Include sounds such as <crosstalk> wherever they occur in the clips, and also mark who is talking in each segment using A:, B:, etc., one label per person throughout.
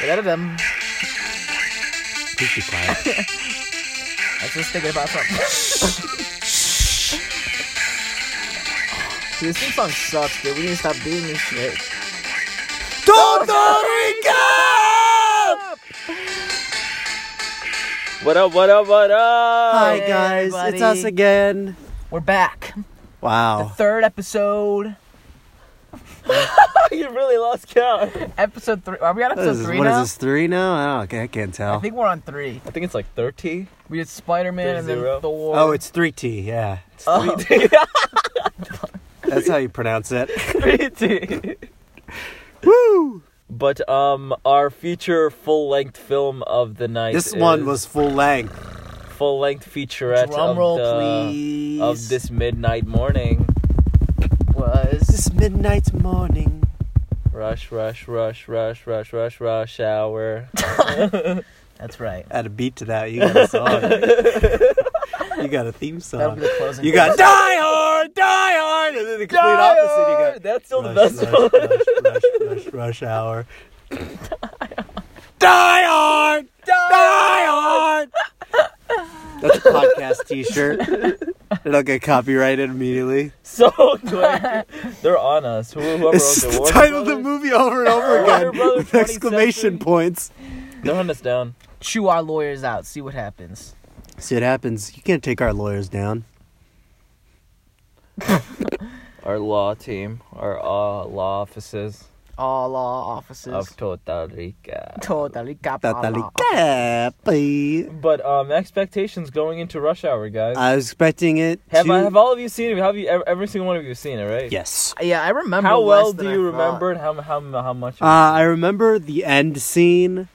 A: Da-da-da-dum.
B: Please be <laughs> quiet.
A: I was just thinking about something. dude, this theme song sucks, dude. We need to stop doing this shit.
B: Totorica! What up, what up, what up?
A: Hi,
B: Hi,
A: Hey,
B: guys.
A: buddy.
B: It's us again.
A: We're back. The
B: Wow.
A: third episode.
B: you really lost count.
A: Episode three. Are we on
B: What is
A: episode
B: this,
A: three
B: what is
A: now?
B: this, three now? I, don't, I can't tell.
A: I think we're on three.
C: I think it's like 30.
A: We did Spider Man and then
C: Three-zero.
A: Thor. <laughs>
B: oh, it's 3T, yeah. It's
A: Oh.
B: 3T. <laughs> That's how you
A: <laughs>
B: pronounce it.
C: 30.
B: Woo!
C: but um, our feature full-length film of the night.
B: This one
C: is
B: was full length.
C: full-length featurette.
A: Drum
C: of
A: roll,
C: the-
B: Please.
C: Of this midnight morning.
A: was.
B: This midnight morning.
C: Rush, rush, rush, rush, rush, rush, rush hour.
A: That's right.
B: Add a beat to that. You got a song. <laughs> you got a theme
A: That'll
C: Uh,
B: song.
A: be the closing.
B: You got Die Hard, Die Hard, and then the complete opposite. You got
C: That's still the
B: rush,
C: best one.
B: rush, rush, rush, rush, rush hour. Die Hard, Die Hard. That's a podcast T-shirt. It'll get copyrighted immediately.
C: <laughs> So quick. They're on us. Who- Whoever
B: It's
C: owns
B: the
C: it, Warner
B: title of the
C: Brothers?
B: movie over and over
C: Warner
B: again
C: Brothers
B: with exclamation
C: 20th century.
B: points.
C: They're on us down.
A: Chew our lawyers out. See what happens.
B: See, it happens. You can't take our lawyers down.
C: Our law team, our uh, law offices
A: All law offices.
C: of Total Rica.
A: Totally got
B: Totally Uh-huh. happy.
C: But um, expectations going into rush hour, guys.
B: I was expecting it.
C: have
B: to...
C: I, have all of you seen it? Have you ev- every single one of you have seen it, right?
B: Yes.
A: Yeah, I remember.
C: How
A: less
C: well
A: than
C: do
A: I
C: you
A: thought.
C: remember it? How how how much?
B: Uh,
C: of it?
B: I remember the end scene.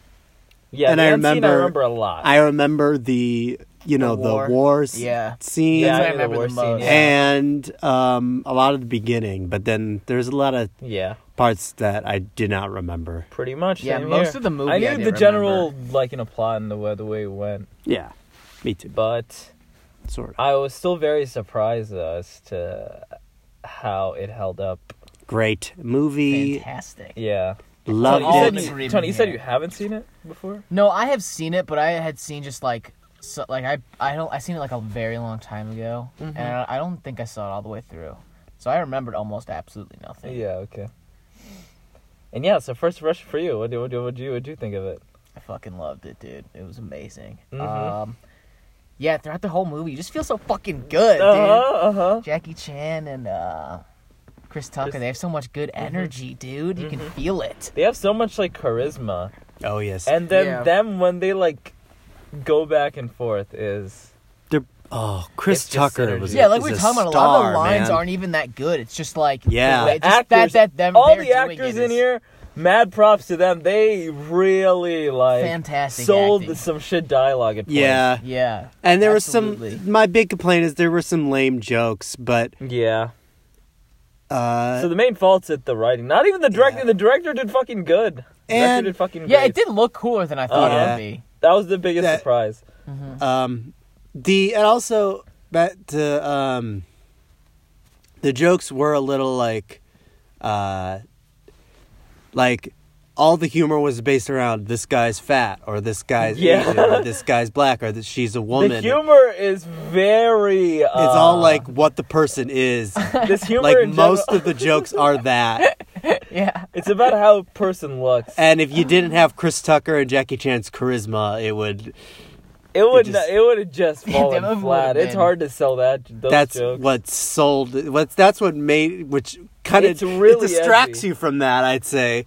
C: yeah,
B: and
C: the
B: I
C: end scene I
B: remember-
C: remember a lot.
B: I remember the you know
A: The
B: the,
A: war.
B: war.
A: Yeah.
B: scene
A: That's
C: Yeah,
A: what I
C: I know the
A: remember the
C: worst scene,
A: most.
C: yeah.
B: and um, a lot of the beginning, but then there's a lot of
C: yeah,
B: parts that I did not remember.
C: pretty much.
A: Yeah,
C: same
A: most
C: here.
A: of the movie I
C: I knew the
A: didn't
C: general like in a plot and the way the way it went,
B: Yeah, me too.
C: but
B: Sort of
C: I was still very surprised as to how it held up.
B: great movie.
A: Fantastic.
C: Yeah,
B: Loved
A: All in
B: it.
C: Tony, you said, you,
A: agreement
C: Tony, you said
A: here.
C: you haven't seen it before.
A: No, I have seen it, but I had seen just like so, like I I don't I seen it like a very long time ago,
C: Mm-hmm.
A: and I, I don't think I saw it all the way through. So I remembered almost absolutely nothing.
C: Yeah, okay. And yeah, so first rush for you. What do what do what do you what do you think of it?
A: I fucking loved it, dude. It was amazing.
C: Mhm.
A: Um, yeah, throughout the whole movie, you just feel so fucking good, dude.
C: Uh huh.
A: Jackie Chan and uh, Chris Tucker,
C: Chris- Mm-hmm.
A: they have so much good energy, dude. You can feel it.
C: They have so much like charisma,
B: Oh yes,
C: and then
A: Yeah.
C: them when they like go back and forth is
B: They're- oh Chris
C: It's just
B: Tucker
C: synergy.
B: was
A: Yeah, like
B: is
A: we
B: a
A: were talking about, a lot of
B: star,
A: the lines
B: man.
A: aren't even that good. It's just like
B: Yeah.
A: the- it's just that
C: actors.
A: that them
C: all
A: they're
C: the
A: doing
C: actors
A: it
C: in
A: is
C: here. Mad props to them. They really like
A: Fantastic
C: sold
A: acting.
C: some shit dialogue at points.
B: Yeah,
A: <laughs> Yeah,
B: and there were <laughs>
A: Absolutely.
B: some. My big complaint is there were some lame jokes, but
C: Yeah.
B: uh,
C: So the main fault's at the writing. Not even the directing.
B: Yeah.
C: The director did fucking good. The
B: And-
C: director did fucking
A: yeah.
C: great.
A: It did look cooler than I thought it
B: Yeah.
A: would be.
C: That was the biggest
B: That-
C: surprise.
B: Um, the and also back to um, the jokes were a little like, uh, like all the humor was based around this guy's fat or this guy's
C: Yeah.
B: Asian
C: <laughs>
B: or this guy's black or that she's a woman.
C: The humor is very. Uh,
B: it's all like what the person is.
C: this <laughs> humor
B: like
C: in general-
B: most of the jokes are that.
A: Yeah,
C: <laughs> It's about how a person looks.
B: And if you didn't have Chris Tucker and Jackie Chan's charisma, it would.
C: It would
B: It
C: it,
B: just-
C: it would
B: <laughs>
C: have just
A: That
C: fallen
A: would've
C: flat. It's
A: been-
C: hard to sell that. Those
B: that's
C: jokes.
B: what sold. What's that's what made which kind of
C: It's really
B: it distracts
C: edgy.
B: you from that. I'd say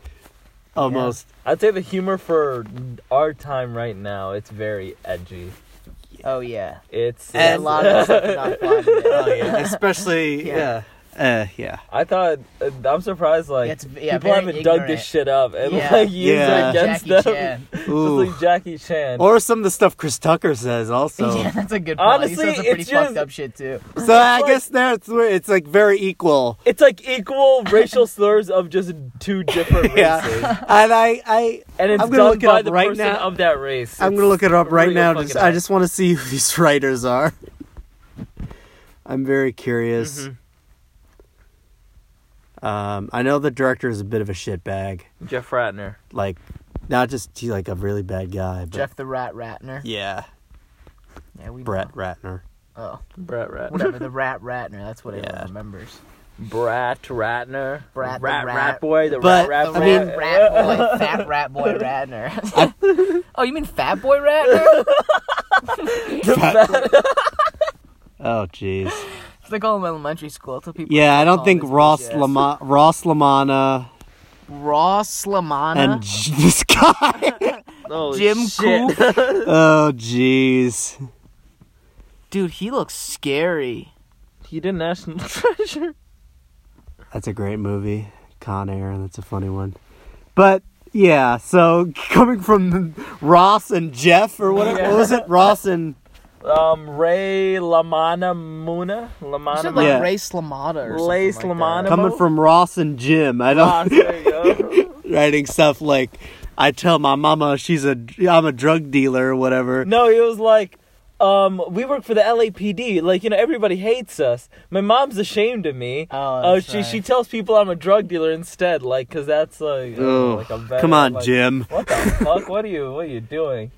B: almost.
C: I'd say the humor for our time right now. It's very edgy.
A: oh yeah.
C: It's
A: And
B: And-
A: a lot of that stuff did not fly <laughs>
B: <laughs>
A: today.
C: <laughs>
B: Oh, yeah. Especially
A: Yeah.
B: yeah. Uh, yeah.
C: I thought uh, I'm surprised. Like
A: It's- yeah,
C: people
A: very
C: haven't dug
A: ignorant.
C: this shit up and
A: Yeah.
C: like used
B: Yeah.
C: it against
A: Jackie
C: them. <laughs>
A: Chan.
B: Ooh.
C: Just like Jackie Chan.
B: Or some of the stuff Chris Tucker says also.
A: yeah, that's a good.
C: Honestly,
A: point. He said some pretty
C: it's
A: fucked
C: just-
A: up shit too.
B: So I
C: Like-
B: guess that's where it's like very equal.
C: it's like equal racial slurs of just two different
B: <laughs> Yeah.
C: races,
B: And I, I
C: and it's
B: I'm gonna
C: done
B: look it
C: by
B: up
C: the
B: right
C: person
B: now.
C: of that race.
B: I'm gonna look it up right
C: really
B: now.
C: fucking
B: Just, I
C: up.
B: just want to see who these <laughs> writers are. I'm very curious.
C: Mm-hmm.
B: Um, I know the director is a bit of a shitbag.
C: Jeff Ratner.
B: Like Not just he's like a really bad guy, but
A: Jeff the Rat Ratner.
B: yeah,
A: Yeah, we know.
B: Brett Ratner.
A: Oh,
C: Brat Rat.
A: whatever.
B: <laughs>
A: the Rat Ratner. That's what
B: Yeah.
A: everyone remembers.
C: Brat Ratner.
A: Brat the
C: rat,
A: rat.
C: boy. The
B: But,
C: rat rat
A: the
B: I
C: boy.
B: mean-
A: rat,
B: <laughs>
A: rat boy, fat rat boy Ratner. <laughs> oh, you mean fat boy Ratner? <laughs>
B: Oh jeez.
A: It's like all in elementary school. That's what people.
B: Yeah, I don't
A: call
B: think
A: this
B: Ross
A: BTS.
B: Lama- Ross Lamana
A: Ross Lamana.
B: and <laughs> J- this guy. <laughs>
C: Holy
A: Jim
C: Oh, shit. <laughs>
A: Coop.
B: oh jeez.
A: Dude, he looks scary.
C: he did National Treasure.
B: That's a great movie, Con Air. That's a funny one. But yeah, so <laughs> coming from <laughs> Ross and Jeff or whatever, what was it? Ross and
C: Um, Ray Lamana Muna.
A: You
C: Lamana.
A: said
B: Yeah.
A: like Ray Slamata or
C: Ray
A: something like
C: Slamana.
A: that.
B: coming from Ross and Jim. I
C: Ah,
B: don't
C: there you go.
B: <laughs>
C: <laughs>
B: writing stuff like I tell my mama she's a I'm a drug dealer or whatever.
C: No, he was like, um, we work for the LAPD. Like, you know, everybody hates us. My mom's ashamed of me.
A: Oh, that's
C: she
A: right.
C: she tells people I'm a drug dealer instead, like, cause that's like, oh,
B: Ugh.
C: like a better,
B: Come on,
C: like,
B: Jim.
C: What the
B: <laughs>
C: fuck? What are you? What are you doing?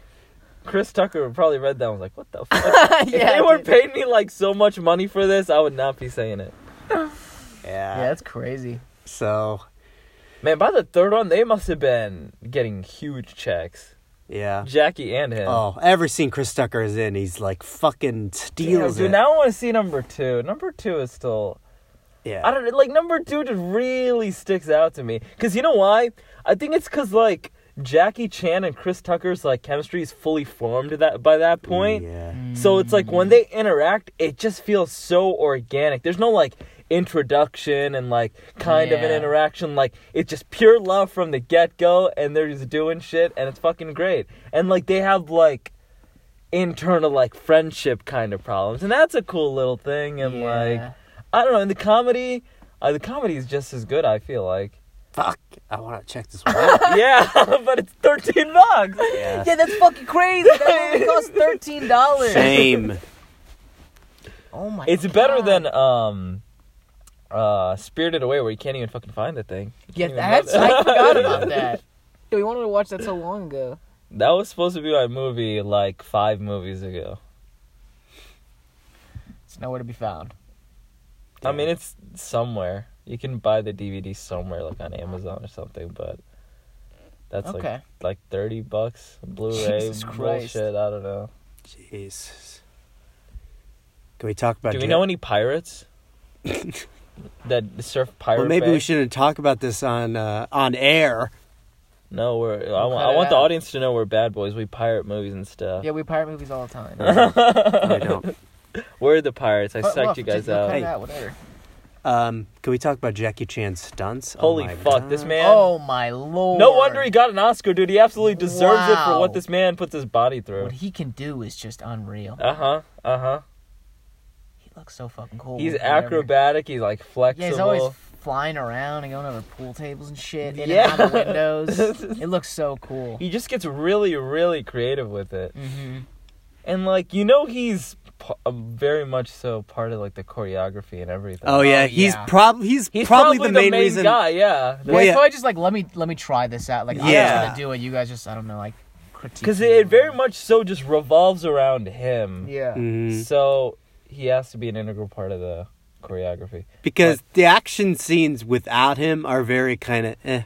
C: Chris Tucker probably read that and was like, what
B: <laughs>
C: the fuck?
A: <laughs>
C: if
A: yeah,
C: they were
A: dude.
C: paying me like so much money for this, I would not be saying it.
A: Yeah, that's crazy.
B: So
C: Man, by the third one, they must have been getting huge checks.
B: yeah.
C: Jackie and him.
B: Oh, every scene Chris Tucker is in, he's like fucking
C: Damn,
B: steals
C: dude,
B: it.
C: now I want to see number two. Number two is still.
B: yeah.
C: I don't like number two. Just really sticks out to me because you know why? I think it's because like Jackie Chan and Chris Tucker's like chemistry is fully formed that by that point. Mm.
B: Yeah.
C: So it's like when they interact, it just feels so organic. There's no like introduction and like kind of an
A: Yeah.
C: interaction. Like it's just pure love from the get go, and they're just doing shit, and it's fucking great. And like they have like internal like friendship kind of problems, and that's a cool little thing. And
A: Yeah.
C: like I don't know, in the comedy, uh, the comedy is just as good. I feel like. <laughs>
B: Fuck. I want to check this one out.
C: yeah, <laughs> but it's thirteen bucks.
B: Yeah.
A: Yeah, that's fucking crazy. That movie
C: <laughs>
A: cost thirteen dollars.
B: Shame.
A: Oh my.
C: It's better
A: God.
C: than um uh Spirited Away where you can't even fucking find the thing.
A: Yeah,
C: even know
A: that's. I
C: <laughs>
A: forgot about that. Yeah, we wanted to watch that so long ago.
C: That was supposed to be my movie like five movies ago.
A: It's nowhere to be found.
C: I mean it's somewhere. You can buy the DVD somewhere like on Amazon or something, but that's
A: Okay.
C: like like thirty bucks Blu-ray
A: Jesus Christ.
C: bullshit. I don't know.
B: Jeez. Can we talk about?
C: Do we
B: Jack-
C: know
B: <laughs>
C: any pirates that surf pirate?
B: Well, maybe
C: bay?
B: we shouldn't talk about this on uh, on
C: <laughs>
B: air.
C: No, we're. I,
A: We'll
C: want,
A: cut
C: I
A: it
C: want the
A: out.
C: audience to know we're bad boys. We pirate movies and stuff.
A: Yeah, we pirate movies all the
C: <laughs>
A: time.
B: I don't.
C: We're the pirates. I
A: But,
C: sucked
A: well,
C: you guys
A: just-
C: out.
A: cut it out, whatever.
B: Um, can we talk about Jackie Chan's stunts? Oh
C: Holy
B: my
C: fuck, this
B: God.
C: man.
A: Oh my lord.
C: No wonder he got an Oscar, dude. He absolutely deserves it for
A: Wow.
C: what this man puts his body through.
A: What he can do is just unreal.
C: Uh huh. Uh huh.
A: He looks so fucking cool.
C: He's
A: with whatever-
C: acrobatic. He's like flexible.
A: Yeah, he's always flying around and going over pool tables and shit. In
C: Yeah.
A: and out the
C: <laughs>
A: windows. it looks so cool.
C: He just gets really, really creative with it,
A: Mm-hmm.
C: and like you know, he's p- uh, very much so part of like the choreography and everything.
B: Oh yeah, he's
A: yeah.
B: probably he's,
C: he's
B: probably, the main, reason.
C: guy. Yeah,
A: Yeah,
B: Well,
A: he's
B: yeah.
A: probably just like let me let me try this out. Like I'm
B: Yeah.
A: just gonna do it. You guys just I don't know like critique.
C: because
A: me.
C: it very much so just revolves around him.
A: Yeah.
B: Mhm.
C: So he has to be an integral part of the choreography.
B: Because the action scenes without him are very kind of eh.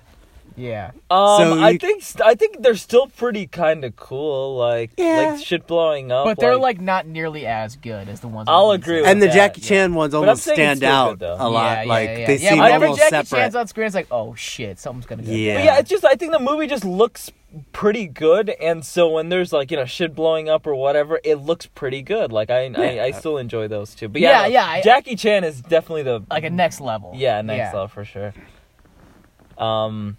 A: Yeah.
C: Um,
B: So
C: I
B: you-
C: think st- I think they're still pretty kind of cool, like
B: Yeah.
C: like shit blowing up.
A: But they're like not nearly as good as the ones.
C: I'll
A: we
C: agree
A: see.
C: with
B: And the
C: that,
B: Jackie
C: yeah.
B: Chan ones
C: I'm
B: almost
C: saying
B: stand
C: it's stupid,
B: out
C: though.
B: a lot.
A: Yeah, yeah,
B: like
A: yeah,
B: they
A: yeah.
B: seem
A: whenever
B: almost
A: Jackie
B: separate.
A: Chan's on screen, it's like, oh shit, something's gonna go.
B: Yeah.
C: But yeah, it's just I think the movie just looks pretty good, and so when there's like you know shit blowing up or whatever, it looks pretty good. Like I I, I still enjoy those too. But yeah,
A: Yeah,
C: no,
A: yeah, I-
C: Jackie Chan is definitely the
A: <laughs> Like a next level.
C: yeah next level for sure. Um.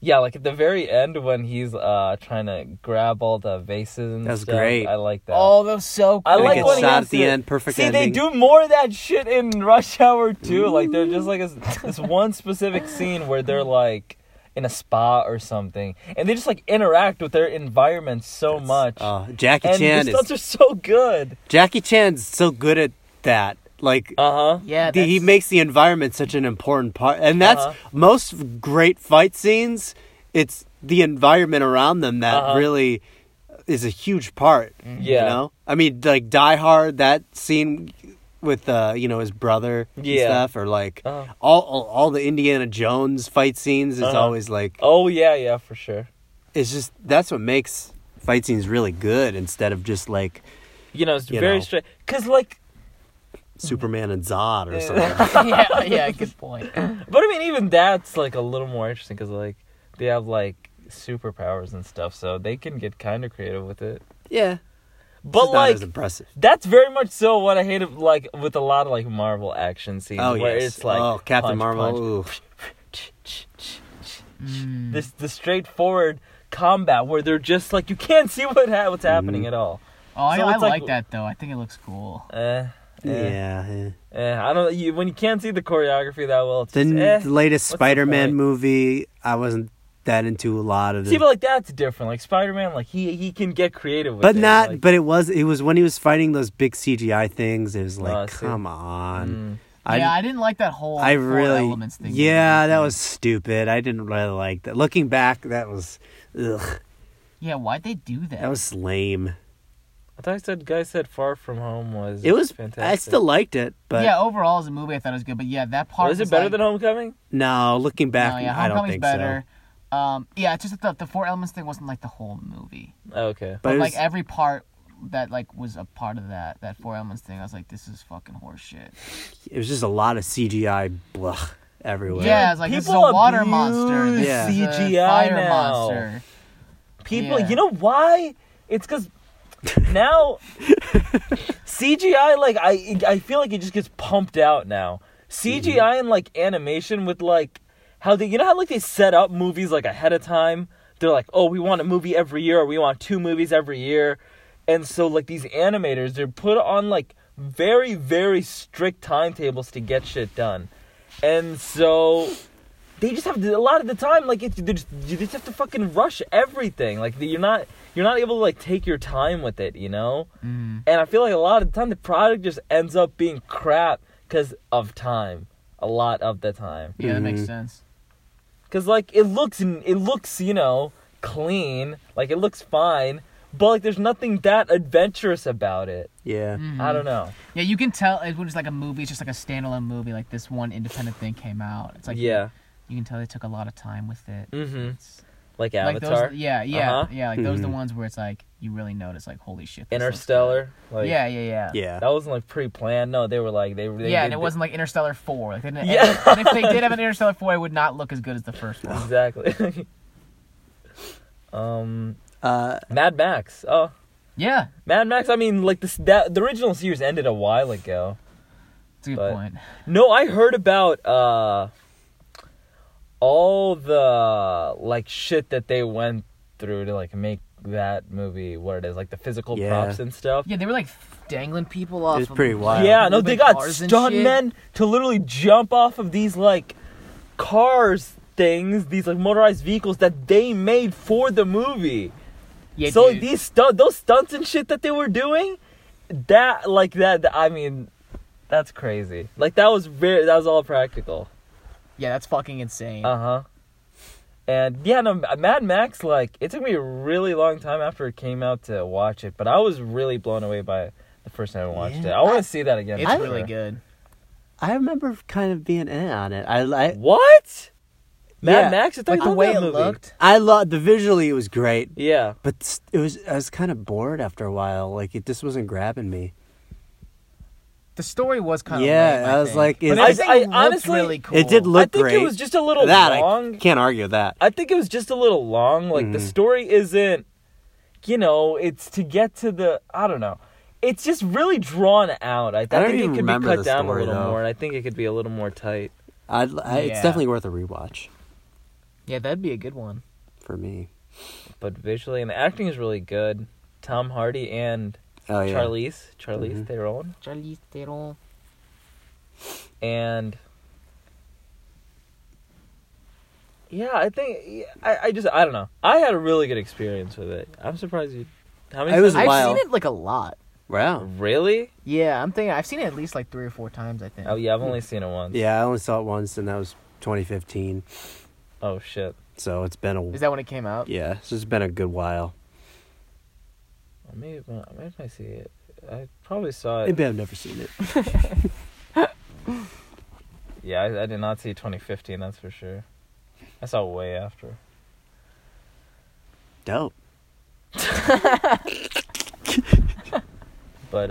C: Yeah, like at the very end when he's uh trying to grab all the vases and
B: That's
C: stuff,
B: great.
C: I like that.
A: Oh, those so. Cool.
C: I
B: And it
C: like
B: gets
C: when he
B: shot
C: has
B: at the
C: to-
B: end, perfect
C: See, they
B: ending.
C: do more of that shit in Rush Hour too. Like they're just
B: <laughs>
C: like this, this one specific scene where they're like in a spa or something, and they just like interact with their environment so much.
B: Oh, Jackie
C: and
B: Chan
C: the
B: is
C: stunts are so good.
B: Jackie Chan's so good at that. Like
C: Uh huh.
A: Yeah.
B: the- he
A: that's-
B: makes the environment such an important part, and that's
C: Uh-huh.
B: most great fight scenes it's the environment around them that
C: Uh-huh. Mm-hmm.
B: really is a huge part.
C: Yeah.
B: You know? I mean, like Die Hard, that scene with uh, you know, his brother and
C: Yeah.
B: stuff, or like
C: Uh-huh.
B: all, all all the Indiana Jones fight scenes is
C: Uh-huh.
B: always like
C: Oh yeah, yeah, for sure.
B: it's just that's what makes fight scenes really good instead of just like
C: You know, it's
B: You
C: very
B: know.
C: straight. Cause like,
B: Superman and Zod or
C: Yeah. <laughs>
A: <laughs>
B: something.
A: yeah, yeah, good
B: <laughs>
A: point.
C: but I mean, even that's like a little more interesting. Cause like, they have like superpowers and stuff, so they can get kind of creative with it.
B: yeah.
C: But
B: It's not
C: like,
B: as impressive.
C: That's very much so what I hate of, like with a lot of like Marvel action scenes
B: Oh
C: where
B: yes.
C: it's like
B: oh, Captain
C: punch,
B: Marvel.
C: punch,
B: ooh.
A: Mm.
C: this the straightforward combat where they're just like you can't see what ha- what's happening
B: Mhm.
C: at all.
A: oh, I,
C: so
A: I
C: it's
A: like,
C: like-
A: that though. I think it looks cool.
C: Eh,
B: Yeah. yeah.
C: eh, I don't you, when you can't see the choreography that well. It's
B: The, n-
C: just,
B: the
C: eh.
B: latest
C: what's the
B: Spider-Man
C: point?
B: movie, I wasn't that into a lot of
C: See,
B: it.
C: but like that's different. Like Spider Man, like he he can get creative with
B: But
C: it.
B: not.
C: like,
B: but it was. It was when he was fighting those big CGI things. It was like,
C: Oh, I see.
B: come on.
C: mm,
B: I,
A: yeah, I didn't like that whole
B: I
A: four
B: really.
A: elements thing.
B: yeah, that was stupid. I didn't really like that. Looking back, that was, ugh,
A: Yeah, why'd they do that?
B: that was lame.
C: I thought I said guy said Far From Home was
B: It was.
C: fantastic.
B: I still liked it, but
A: yeah, overall as a movie, I thought it was good, but yeah, that part
C: was it
A: was,
C: better
A: like-
C: than Homecoming?
B: no. Looking back,
A: No, yeah,
B: I don't
A: Homecoming's
B: think
A: better.
B: so.
A: Um, yeah, it's just that the, the four elements thing wasn't like the whole movie,
C: Oh, Okay.
B: But
A: but
B: it
A: like
B: was-
A: every part that like was a part of that that four elements thing. I was like, this is fucking horseshit.
B: It was just a lot of CGI blah everywhere.
A: Yeah, it's like this is a
C: people
A: water
C: abuse
A: monster. This
B: Yeah.
A: is a
C: CGI
A: fire
C: now.
A: monster.
C: People,
A: Yeah.
C: you know why? It's because now CGI, like I, I feel like it just gets pumped out now. CGI and like animation with like how they, you know how like they set up movies like ahead of time. They're like, oh, we want a movie every year, or we want two movies every year, and so like these animators, they're put on like very very strict timetables to get shit done, and so they just have to, a lot of the time like it's they just, you just have to fucking rush everything like you're not you're not able to like take your time with it you know
A: Mm.
C: and i feel like a lot of the time the product just ends up being crap because of time a lot of the time
A: Yeah, that makes
C: Mm-hmm.
B: Mhm.
A: sense.
C: because like it looks it looks you know clean like it looks fine but like there's nothing that adventurous about it
B: Yeah.
A: mm. Mm-hmm.
C: i don't know
A: Yeah, you can tell it was like a movie. It's just like a standalone movie. Like this one independent thing came out. It's like
C: yeah
A: you can tell they took a lot of time with it.
C: mm-hmm
A: It's-
C: like
A: like
C: avatar
A: those, yeah, yeah,
C: Uh-huh.
A: yeah. Like those are the
B: Mhm.
A: ones where it's like you really notice, like holy shit. this looks
C: interstellar
A: good.
C: like
A: yeah, yeah, yeah.
B: Yeah.
C: that wasn't like pre-planned no they were like they were they,
A: yeah,
C: they-
A: and it
C: they-
A: wasn't like Interstellar four. Like, they didn't,
C: Yeah.
A: and, if they did have an Interstellar four, it would not look as good as the first <laughs>
B: <laughs>
A: one.
C: Exactly. um,
B: Uh,
C: Mad Max. Oh,
A: Yeah,
C: Mad Max. I mean, like this that the original series ended a while ago.
A: it's a good
C: But-
A: point.
C: No, I heard about uh all the like shit that they went through to like make that movie what it is, like the physical
B: Yeah.
C: props and stuff.
A: Yeah, they were like dangling people off.
B: was
A: of-
B: pretty wild.
C: Yeah, no, they got
A: cars and shit.
C: stuntmen to literally jump off of these like cars things, these like motorized vehicles that they made for the movie.
A: Yeah,
C: so
A: dude.
C: these stunt, those stunts and shit that they were doing, that like that. th- I mean, that's crazy. Like that was very, that was all practical.
A: yeah, that's fucking insane.
C: Uh huh. And yeah, no, Mad Max. Like it took me a really long time after it came out to watch it, but I was really blown away by it the first time I watched
B: Yeah.
C: it. I want to see that again.
A: it's
C: for
A: really
C: sure.
A: good.
B: I remember kind of being in on it. I I
C: What? Mad
B: Yeah.
C: Max. It's like,
A: Like
C: the
A: the
C: way
A: way
C: that
A: it
C: movie.
A: looked.
B: I loved the visually. It was great,
C: Yeah.
B: but s- it was I was kind of bored after a while. Like it just wasn't grabbing me.
A: The story was kind of
B: Yeah,
A: lame,
B: I was like,
A: but
B: it-
A: everything
C: I- I
A: looked
C: honestly-
A: really cool.
B: It did look
C: I think
B: great.
C: it was just a little
B: that
C: long.
B: I can't argue that.
C: I think it was just a little long. Like the
B: Mhm.
C: story isn't, you know, it's to get to the. I don't know. It's just really drawn out. I, I,
B: don't
C: think
B: even
C: it could be
B: remember
C: cut
B: the
C: down
B: story,
C: a little
B: though.
C: more, and I think it could be a little more tight.
B: I'd, I, It's
A: Yeah.
B: definitely worth a rewatch
A: Yeah, that'd be a good one.
B: for me.
C: But visually and the acting is really good. Tom Hardy and
B: Oh yeah,
C: Charlize, Charlize
B: Mhm.
C: Theron,
A: Charlize Theron.
C: and yeah, I think I, I just I don't know. I had a really good experience with it. I'm surprised you. How many?
B: It was
C: times-
A: I've
B: Wild.
A: seen it like a lot.
B: Wow.
C: really.
A: Yeah, I'm thinking I've seen it at least like three or four times. I think.
C: Oh yeah, I've only seen it once.
B: Yeah, I only saw it once, and that was 2015.
C: Oh shit.
B: So it's been a
A: Is that when it came out?
B: yeah, it's just been a good while.
C: Maybe maybe I see it. I probably saw it.
B: Maybe I've never seen it.
C: Yeah, I, I did not see 2015. That's for sure. I saw way after.
B: Dope.
C: But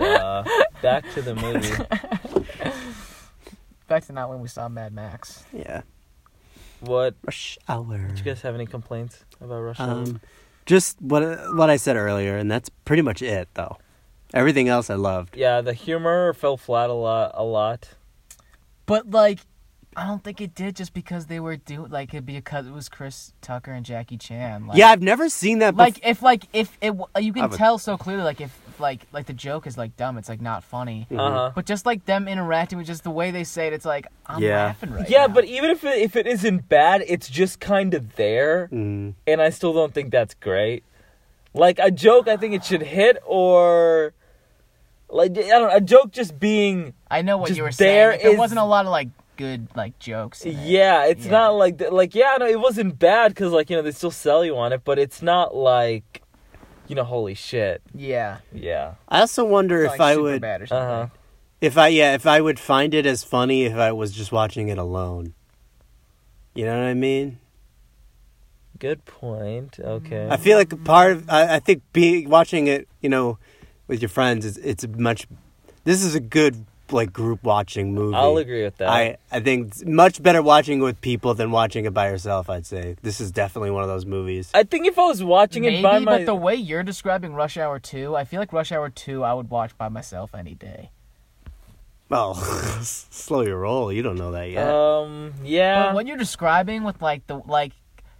B: <laughs>
C: uh, back to the movie.
A: Back to not when we saw Mad Max.
B: Yeah.
C: What?
B: Rush hour.
C: Did you guys have any complaints about Rush Hour?
B: Um, just what what I said earlier, and that's pretty much it though. Everything else I loved.
C: yeah, the humor fell flat a lot. A lot.
A: But like, I don't think it did just because they were do like it because it was Chris Tucker and Jackie Chan. Like,
B: yeah, I've never seen that.
A: like
B: bef-
A: if like if it w- you
B: I
A: can
B: would-
A: tell so clearly like if like like the joke is like dumb. It's like not funny.
B: Mhm.
C: Uh huh.
A: But just like them interacting with just the way they say it, it's like I'm
B: Yeah.
A: laughing right
C: yeah,
A: now.
C: but even if it, if it isn't bad, it's just kind of there,
B: Mm.
C: and I still don't think that's great. Like a joke, I think it should hit, or like I don't know, a joke just being
A: I know what
C: just
A: you were
C: there
A: saying. Like, there
C: is-
A: wasn't a lot of like good like jokes. in it.
C: Yeah, it's
A: Yeah.
C: not like th- like yeah, no, it wasn't bad because like you know they still sell you on it, but it's not like, you know, holy shit.
A: yeah.
C: Yeah.
B: I also wonder
A: It's
B: if
A: not, like,
B: I would, uh-huh.
A: Superbad or something.
C: Uh huh.
B: if I yeah, if I would find it as funny if I was just watching it alone. You know what I mean?
C: Good point. Okay.
B: I feel like a part of I, I think being watching it, you know, with your friends is it's a much. This is a good like group watching movie.
C: I'll agree with that.
B: I, I think it's much better watching it with people than watching it by yourself, I'd say. This is definitely one of those movies.
C: I think if I was watching
A: Maybe,
C: it by my
A: but the way you're describing Rush Hour 2, I feel like Rush Hour 2 I would watch by myself any day.
B: Well, Oh, <laughs> slow your roll. You don't know that yet.
C: um yeah Uh-huh.
A: But when you're describing with like the like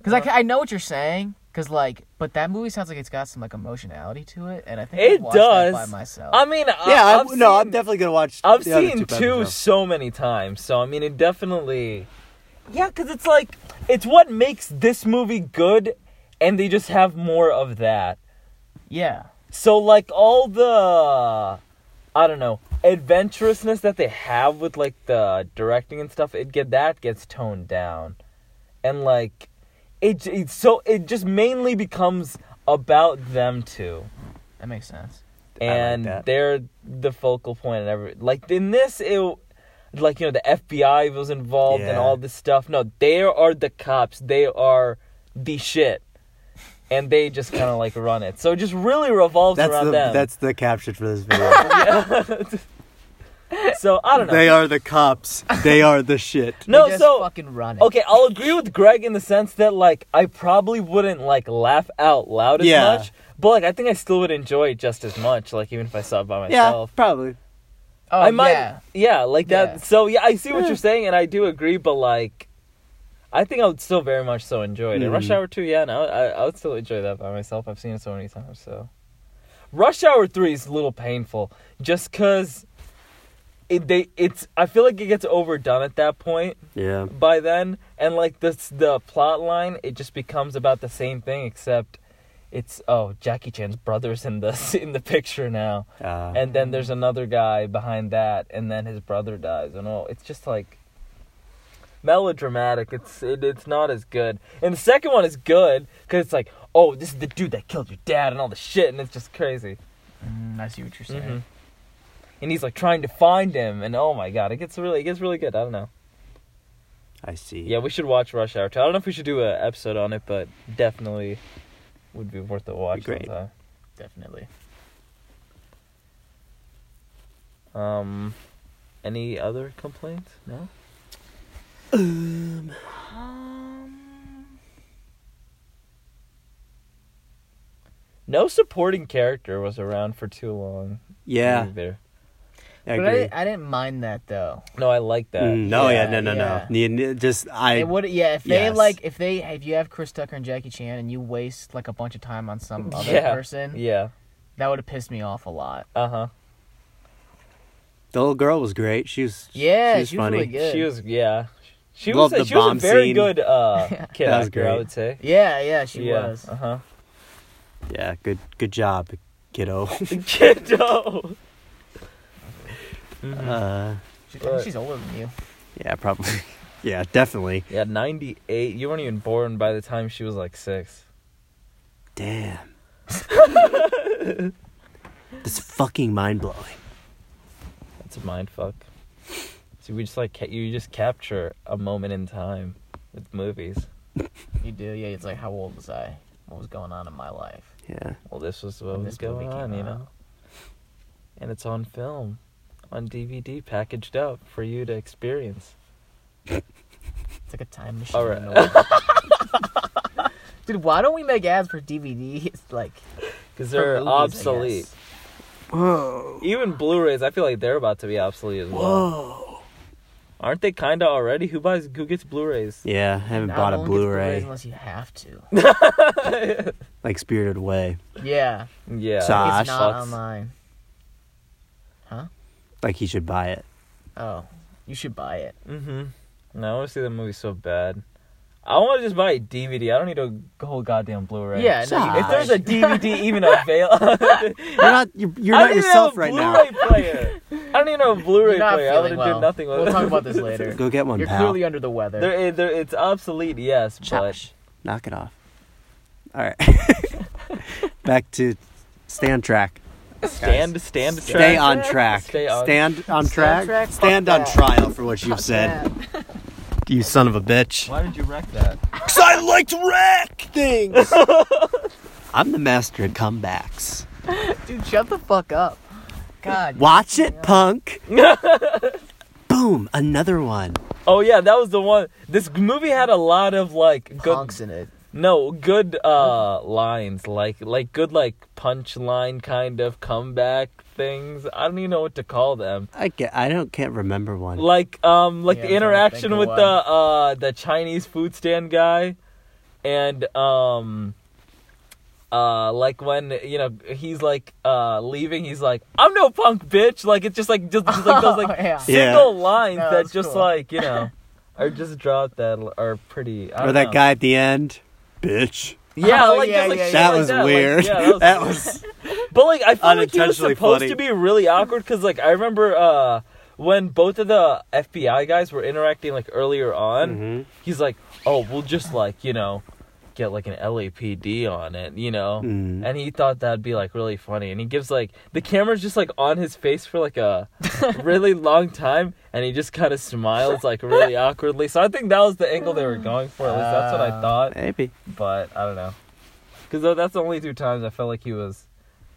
A: cuz I, ca- I know what you're saying cuz like but that movie sounds like it's got some like emotionality to it and I think
C: it
A: I'd watch
C: does.
A: that by myself.
C: I mean,
B: yeah,
C: I,
B: I'm,
C: have
B: no, I'm definitely gonna watch.
C: I've
B: the other
C: seen
B: by
C: two
B: myself.
C: so many times, so I mean, it definitely. Yeah, because it's like it's what makes this movie good, and they just have more of that.
A: yeah.
C: So like all the I don't know, adventurousness that they have with like the directing and stuff, it get that gets toned down. And like it j- it's so it just mainly becomes about them two.
A: That makes sense.
B: I like
C: And
B: that.
C: they're the focal point and every like in this it like you know the FBI was involved and
B: Yeah.
C: all this stuff. No, they are the cops. They are the shit. And they just kind of like run it. So it just really revolves
B: That's
C: around
B: the
C: them.
B: that's the caption for this video.
C: So I don't know.
B: they are the cops. They are the shit.
A: They
C: no,
A: just
C: so
A: fucking run it.
C: okay, I'll agree with Greg in the sense that like I probably wouldn't like laugh out loud as
B: Yeah.
C: much, but like I think I still would enjoy it just as much, like even if I saw it
B: <laughs>
C: by
B: Yeah,
C: myself.
B: probably.
A: Oh,
C: I might,
A: yeah.
C: like that.
A: Yeah.
C: So yeah, I see what you're saying, and I do agree, but like. I think I would still very much so enjoy it. And Rush
B: Mhm.
C: Hour 2, yeah, no, I, I would still enjoy that by myself. I've seen it so many times, so. Rush Hour 3 is a little painful just because it, they, it's, I feel like it gets overdone at that point
B: Yeah.
C: by then and like this the plot line it just becomes about the same thing except it's oh Jackie Chan's brother's in the <laughs> in the picture now
B: Uh,
C: and then there's another guy behind that and then his brother dies and oh it's just like melodramatic it's it, it's not as good and the second one is good because it's like oh this is the dude that killed your dad and all the shit and it's just crazy
A: Mm, I see what you're saying.
C: Mhm. and he's like trying to find him and oh my god it gets really it gets really good I don't know
B: I see.
C: Yeah, we should watch Rush Hour 2. I don't know if we should do an episode on it, but definitely would be worth a watch.
B: Great.
C: sometime.
A: Definitely.
C: Um, any other complaints? No.
A: Um,
C: No supporting character was around for too long.
B: Yeah.
C: either.
B: I
A: but
B: agree.
A: I, I didn't mind that though.
C: No, I like that.
B: Mm, no, yeah,
A: yeah,
B: no, no,
A: yeah.
B: no. You, n- just I.
A: It would, yeah. If they
B: Yes.
A: like, if they, if you have Chris Tucker and Jackie Chan, and you waste like a bunch of time on
C: <laughs>
A: some other
C: Yeah.
A: person,
C: Yeah.
A: that would have pissed me off a lot.
C: Uh huh.
B: the little girl was great. She was.
A: Yeah,
B: she was
A: she was
B: funny.
A: really good.
C: She was. Yeah. She
B: Love
C: was. A,
B: the
C: she was a
B: bomb
C: very
B: scene. <laughs>
C: good uh, kid
B: That was
C: actor. I
B: great.
C: would say.
A: Yeah, yeah, she was.
C: Uh huh.
B: Yeah, good, good job, kiddo. <laughs>
C: Kiddo.
B: uh,
A: She, I think
C: But-
A: Mm-hmm. she's older than you.
B: yeah, probably. <laughs> Yeah, definitely.
C: Yeah, 98. You weren't even born by the time she was like six.
B: Damn. <laughs> That's fucking mind blowing.
C: That's a mind fuck. See, we just like ca- you just capture a moment in time with movies.
A: You do, yeah. It's like, how old was I? What was going on in my life?
B: Yeah.
C: Well, this was what
A: When
C: was
A: this movie
C: going on,
A: came
C: you
A: out.
C: know. And it's on film, on DVD, packaged up for you to experience.
A: It's like a time machine.
C: All right.
A: in
C: <laughs>
A: a way. Dude, why don't we make ads for <laughs> DVDs? Like,
C: Because
A: for
C: they're
A: movies, I
C: obsolete.
A: guess?
B: Whoa.
C: Even Blu-rays, I feel like they're about to be obsolete as well.
B: Whoa.
C: Aren't they kinda already? Who buys? Who gets Blu-rays?
B: Yeah, I haven't
A: Now,
B: bought
A: no
B: a
A: one gets
B: Blu-ray
A: Blu-rays unless you have to.
B: like Spirited Away.
A: yeah,
C: Yeah.
B: Saw. Ah,
A: it's not
C: shucks.
A: online.
B: Like he should buy it.
A: Oh, you should buy it.
C: Mhm. No, I want to see that movie so bad. I want to just buy a DVD. I don't need a whole goddamn Blu-ray.
A: Yeah, no, you
B: If
C: If
A: can
C: there's <laughs>
A: buy
C: a
A: it.
C: DVD even available,
B: You're not. You're, you're
C: I
B: not
C: don't even
B: yourself
C: have a
B: right
C: Blu-ray
B: now.
C: player. I don't even have a Blu-ray
A: You're not
C: player. I would
A: feeling
C: have
A: well.
C: did nothing with
A: We'll
C: it.
A: talk about this later.
B: <laughs> Go get one,
A: You're
B: pal.
A: clearly under the weather.
C: There- there- it's obsolete, yes,
A: Josh.
B: Knock it off. All right. <laughs> Back to stay on track.
C: but stand, stand,
B: Stay on track.
C: Stay on-
B: Stand on
A: Stay
B: track.
A: on track? Fuck
B: Stand on
A: that.
B: trial for what you've said.
A: Yeah.
B: You son of a bitch.
C: Why did you wreck that?
B: Cause I like to wreck things. <laughs> I'm the master at comebacks.
A: Dude, shut the fuck up. God.
B: Watch it,
C: <laughs>
B: punk. Boom, another one.
C: Oh yeah, that was the one. This movie had a lot of like good,
A: Punks in it.
C: no good uh lines, like like good like punchline kind of comeback things. I don't even know what to call them.
B: I get, I don't can't remember one.
C: Like um like
A: Yeah, I'm trying to
C: the
A: think
C: interaction
A: of
C: with
A: one.
C: the uh the Chinese food stand guy, and um. Uh, like when you know he's like uh leaving, he's like, "I'm no punk, bitch!" Like it's just like just, just like those like
A: <laughs> yeah.
B: Yeah.
C: single lines
A: No,
C: that
A: it's
C: just
A: cool.
C: like
A: <laughs>
C: you know are just dropped that l- are pretty. I
B: or
C: don't
B: that
C: know.
B: guy at the end. Bitch.
C: Yeah,
A: Oh,
C: like
A: yeah,
C: just like
A: yeah, yeah.
C: shit
B: That
C: like
B: was
C: like,
B: weird. <laughs>
C: yeah, that was,
B: that was
C: But like I feel like he was
B: unintentionally
C: supposed
B: funny.
C: to be really awkward because like I remember uh when both of the FBI guys were interacting like earlier on,
B: <laughs> Mhm.
C: he's like, "Oh, we'll just like you know." Get like an LAPD on it, you know,
B: Mm.
C: and he thought that'd be like really funny. And he gives like the camera's just like on his face for
B: <laughs>
C: like a really long time, and he just kind of smiles
B: <laughs>
C: like really awkwardly. So I think that was the angle they were going for. At least that's what I
A: Ah.
C: thought
B: maybe.
C: but I don't know. Because that's the only two times I felt like he was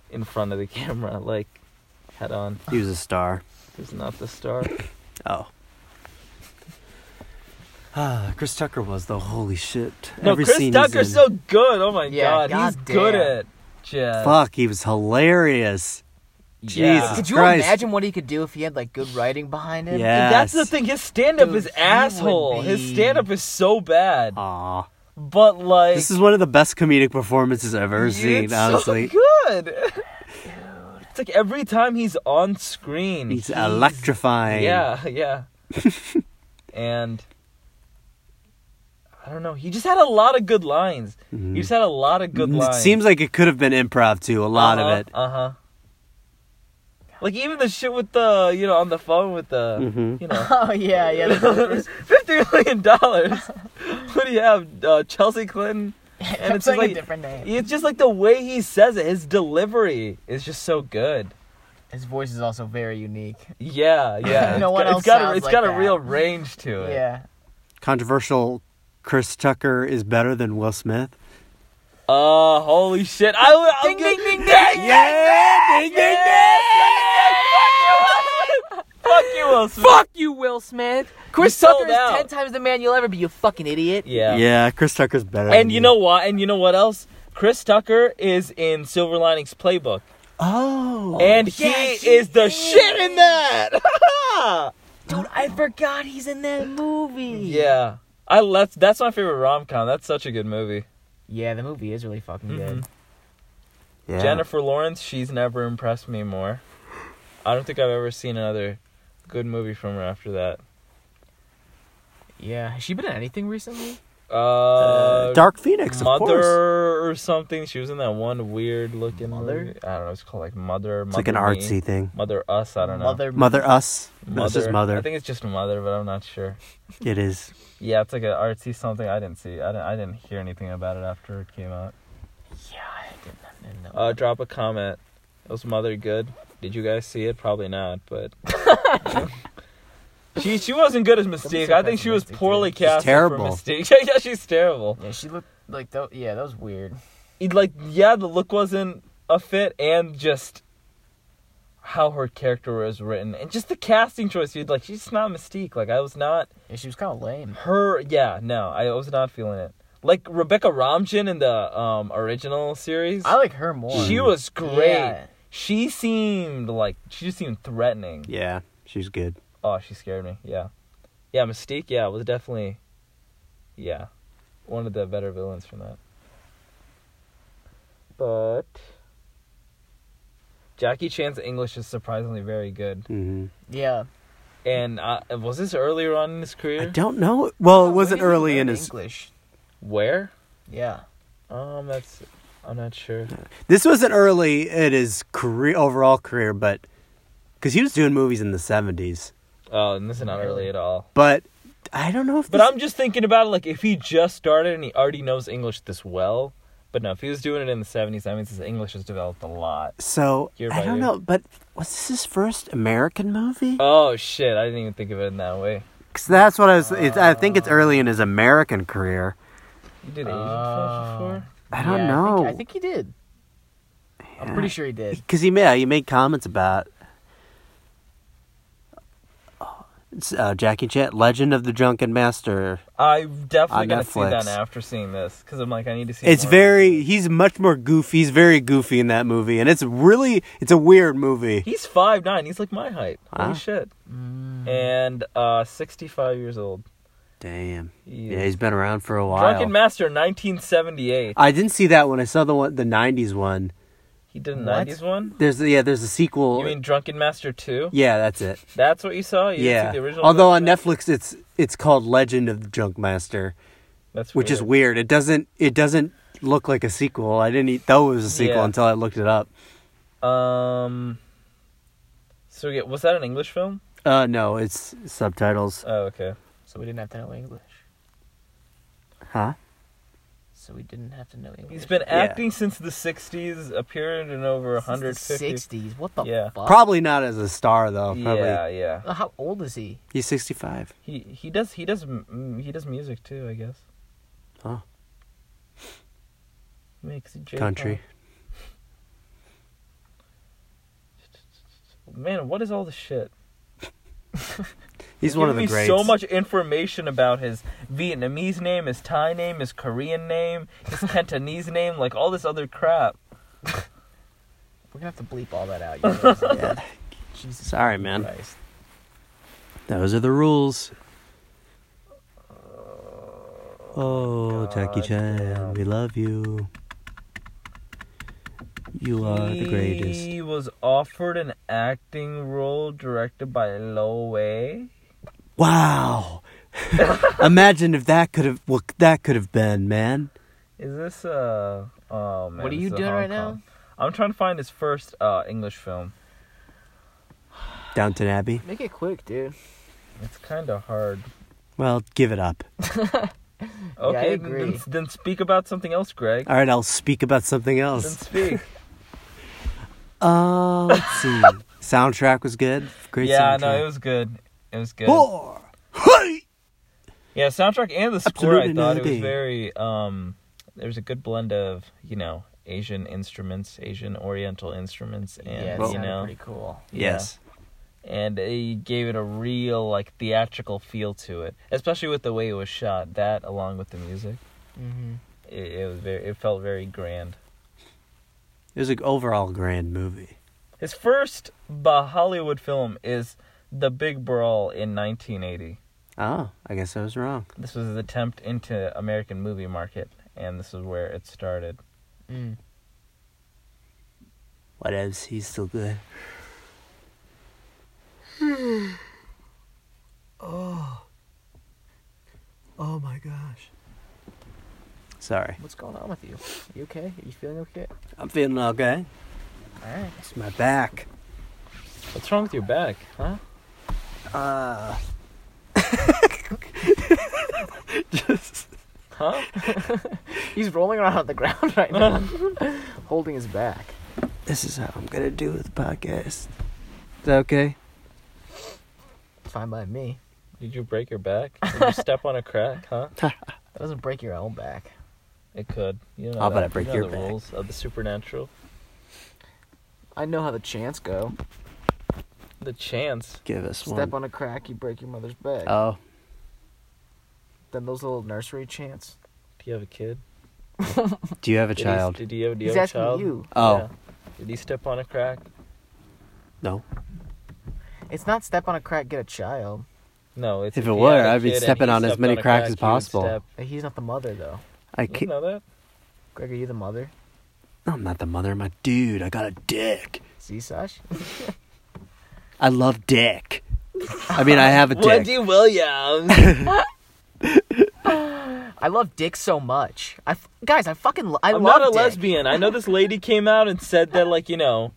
C: in front of the <laughs> camera, like head on.
B: He was a star.
C: He's not
B: <laughs>
C: the star.
B: Oh. <sighs> Ah, Chris Tucker was though. Holy shit.
C: no,
B: Every
C: Chris
B: scene he's
C: Tucker's
B: in.
C: so good. Oh my
A: Yeah,
C: god, he's good
A: goddamn.
C: at jazz.
B: Fuck, he was hilarious.
C: Yeah.
B: Jesus.
A: Could you
B: Christ.
A: imagine what he could do if he had like good writing behind him?
B: Yeah.
C: And That's the
B: Yes.
C: thing. His stand up
A: Dude,
C: is
A: he would
C: asshole. His
A: be-
C: stand up is so bad.
B: Aw.
C: But like,
B: This is one of the best comedic performances I've ever
C: it's
B: seen,
C: so
B: honestly.
C: good. <laughs> it's like every time he's on screen,
B: He's electrifying.
C: Yeah, <laughs> yeah. and I don't know. He just had a lot of good lines.
B: Mhm.
C: He just had a lot of good
B: Mm,
C: lines.
B: It seems like it could have been improv too, a lot of it.
C: Uh huh. Like even the shit with the you know on the phone with the
B: Mhm.
C: you
A: <laughs>
C: know <laughs>
A: Oh yeah, yeah. the first-
C: fifty million dollars. <laughs> what do you have, uh,
A: <laughs>
C: Chelsea Clinton?
A: And
C: it's
A: it's like
C: like-
A: a different name.
C: It's just like the way he says it. His delivery is just so good.
A: His voice is also very unique.
C: Yeah,
A: <laughs>
C: yeah.
A: No one
C: It's got-
A: else
C: It's got a,
A: sounds
C: it's
A: like
C: got a
A: that.
C: real range to it.
A: Yeah.
B: Controversial Chris Tucker is better than Will Smith.
C: Oh, holy shit. I would. I'll
A: Ding, ding,
C: get-
A: ding, ding,
B: Yeah! Ding, ding,
C: Fuck you, Will Smith.
A: Fuck you, Will Smith. Chris
C: sold
A: Tucker is
C: out.
A: ten times the man you'll ever be. You fucking idiot.
C: Yeah.
B: Yeah, Chris Tucker's better. than
C: And you know what? And you know what else? Chris Tucker is in Silver Linings Playbook,
B: Oh.
C: and he
A: yeah, he
C: is the
A: is.
C: shit in that.
A: Dude, I forgot he's in that movie.
C: <laughs> yeah, I that's that's my favorite rom com. That's such a good movie.
A: Yeah, the movie is really fucking good.
B: Yeah.
C: Jennifer Lawrence, she's never impressed me more. I don't think I've ever seen another good movie from her after that.
A: Yeah. Has she been in anything recently?
C: Uh, uh,
B: Dark Phoenix, of
C: Mother
B: course.
C: or something. She was in that one weird looking
A: Mother?
C: Movie. I don't know. It's called like Mother.
B: It's like an artsy thing.
C: Mother Us. I don't know.
A: Mother.
B: Mother Us. No, it's just
C: I
B: Mother.
C: think it's just Mother, but I'm not sure.
B: It is.
C: Yeah, it's like an artsy something. I didn't see. I didn't. I didn't hear anything about it after it came out.
A: Yeah, I didn't, I didn't know.
C: Uh, drop a comment. Was Mother good? Did you guys see it? Probably not,
B: <laughs>
C: but. She, she wasn't good as Mystique. I think she was
A: pessimistic, dude.
C: poorly
A: She's
C: cast for
B: terrible.
C: Mystique. <laughs> Yeah, yeah, she's terrible.
A: yeah, she looked like that. Yeah, that was weird.
C: it, like yeah, the look wasn't a fit, and just how her character was written, and just the casting choice. Dude, like she's not Mystique. Like I was not
A: Yeah, she was kind of lame.
C: her. Yeah, no, I was not feeling it. Like Rebecca Romijn in the um original series,
A: I like her more.
C: she was great.
A: Yeah.
C: She seemed like she just seemed threatening.
B: Yeah, she's good.
C: Oh, she scared me. Yeah, yeah, Mystique. Yeah, was definitely, yeah, one of the better villains from that. But Jackie Chan's English is surprisingly very good.
B: hmm
A: Yeah.
C: And uh, was this earlier on in his
B: I
C: career?
B: don't know. Well, Oh, it wasn't
A: Where did you
B: early
A: learn
B: in his.
A: English.
C: Where?
A: Yeah.
C: Um, that's I'm not sure.
B: This wasn't early in his career, overall career, but because he was doing movies in the seventies.
C: Oh, and this is not early at all.
B: But I don't know if.
C: But
B: this-
C: I'm just thinking about it, like if he just started and he already knows English this well. But no, if he was doing it in the '70s, that means his English has developed a lot.
B: so
C: Year
B: I
C: by
B: don't
C: year.
B: know. But was this his first American movie?
C: Oh shit! I didn't even think of it in that way.
B: Cause that's what I was. It's, I think it's early in his American career.
C: You did Asian
A: Oh.
C: films before?
B: I don't
A: Yeah,
B: know.
A: I think, I think he did. I'm pretty sure he did.
B: Because he made he made comments about It's, uh, Jackie Chan, Legend of the Drunken Master.
C: I definitely
B: On
C: gotta see
B: Netflix.
C: that after seeing this because I'm like, I need to see.
B: It's
C: more.
B: very he's much more goofy. He's very goofy in that movie, and it's really it's a weird movie.
C: He's five nine. He's like my height.
B: Wow.
C: Holy shit! And uh, 65 years old.
B: Damn.
C: He
B: Yeah,
C: is-
B: he's been around for a while.
C: Drunken Master, 1978.
B: I didn't see that one. I saw the one the '90s one.
C: He did a
A: What?
C: 90s one.
B: There's yeah, there's a sequel.
C: You mean Drunken Master 2?
B: yeah, that's it.
C: That's what you saw. You didn't
B: yeah.
C: see the original.
B: Although on
C: Drunken Master?
B: Netflix, it's it's called Legend of the Drunk Master.
C: that's
B: which is weird. It doesn't it doesn't look like a sequel. I didn't e- know it was a sequel
C: Yeah.
B: until I looked it up.
C: Um. So yeah, was that an English film?
B: Uh no, it's subtitles.
C: Oh okay.
A: So we didn't have to know English.
B: Huh?
A: So we didn't have to know English.
C: He's been
B: Yeah.
C: acting since the 60s, appeared in over
A: Since the
C: 150
A: 60s. What the
C: Yeah.
A: fuck?
B: Probably not as a star though. Oh, Probably.
C: uh, Yeah, yeah.
A: How old is he?
B: He's 65.
C: He he does he does m- m- he does music too, I guess.
B: Huh.
C: Makes J-pop.
B: Country.
C: Man, what is all this shit?
B: He's one of the
C: giving
B: greats.
C: me so much information about his Vietnamese name, his Thai name, his Korean name,
B: <laughs>
C: his Cantonese name, like all this other crap.
A: We're gonna have to bleep all that
C: <laughs>
A: out. You guys. <laughs>
B: Yeah.
A: Jesus
B: Sorry, man.
A: Christ.
B: Those are the rules. Oh, Jackie
C: God
B: Chan,
C: damn.
B: we love you. You are the greatest.
C: He was offered an acting role directed by Lo Wei.
B: Wow. <laughs> Imagine if that could have what that could have been, man.
C: Is this uh oh man.
A: What are
C: this
A: you
C: is
A: doing
C: Hong
A: right
C: Kong. I'm trying to find his first uh English film.
B: Downton Abbey.
A: Make it quick, dude.
C: It's kind of hard.
B: Well, give it up.
C: Okay, then-
A: agree.
C: Then, then speak about something else, Greg.
B: All right, I'll speak about something
C: Then
B: else.
C: speak.
B: Uh, let's see. soundtrack was good. <laughs> Great
C: yeah,
B: soundtrack. Oh!
C: no, it was good. It was good.
B: Four. Hey!
C: Yeah, soundtrack and the score. I
B: Absolutely
C: thought it was
B: nutty.
C: very. Um, there was a good blend of you know Asian instruments, Asian Oriental instruments, and
A: yeah, it
B: Well-
A: sounded
C: you know,
A: pretty cool.
C: yeah.
B: Yes.
C: and it gave it a real like theatrical feel to it, especially with the way it was shot. That along with the music,
A: Mm-hmm.
C: it, it was very. It felt very grand.
B: It was an overall grand movie.
C: His first bah Hollywood film is The Big Brawl in 1980.
B: Oh, I guess I was wrong.
C: This was his attempt into American movie market, and this is where it started.
A: Mm.
B: What else? He's still good. <sighs> oh. Oh my gosh. Sorry.
A: What's going on with you? You okay? Are you feeling okay?
B: I'm feeling okay.
A: All right.
B: It's my back.
C: What's wrong with your back, huh?
B: Uh. Just.
C: Huh?
A: He's rolling around on the <laughs> ground right now, holding his back.
B: This is how I'm gonna do with the podcast. Is that okay?
A: It's fine by me.
C: Did you break your back? Did <laughs> you step on a crack, huh?
A: That doesn't break your own back.
C: It could. You know
B: How
C: that.
B: about I break
C: you know
B: your
C: the
B: back?
C: rules of the supernatural.
A: I know how the chants go.
C: The chance.
B: Give us
A: Step on
B: one.
A: a crack, you break your mother's back.
B: Oh,
A: Then those little nursery chants.
C: Do you have a kid?
B: do you have a
C: Did he-
B: child?
C: did you have, do you
A: He's
C: have a
A: asking
C: child?
A: you.
B: Oh.
C: Yeah. Did he step on a crack?
B: No.
A: It's not step on a crack, get a child.
C: No. It's
B: If
C: he
B: it were,
C: had a
B: I'd be
C: kid and
B: stepping
C: he
B: on as
C: stepped
B: many
C: a
B: cracks
C: crack,
B: as
C: you would
B: possible.
C: step.
A: He's not the mother though.
B: I
C: You
B: can't.
C: know that?
A: Greg, are you the mother?
B: I'm not the mother of my dude. I got a dick.
A: See, Sash?
B: I love dick. I mean, I <laughs> have a dick.
C: Wendy Williams.
A: I love dick so much. I f- guys, I fucking lo- I
C: I'm
A: love
C: not a
A: dick.
C: lesbian. I know this lady came out and said that, like, you know,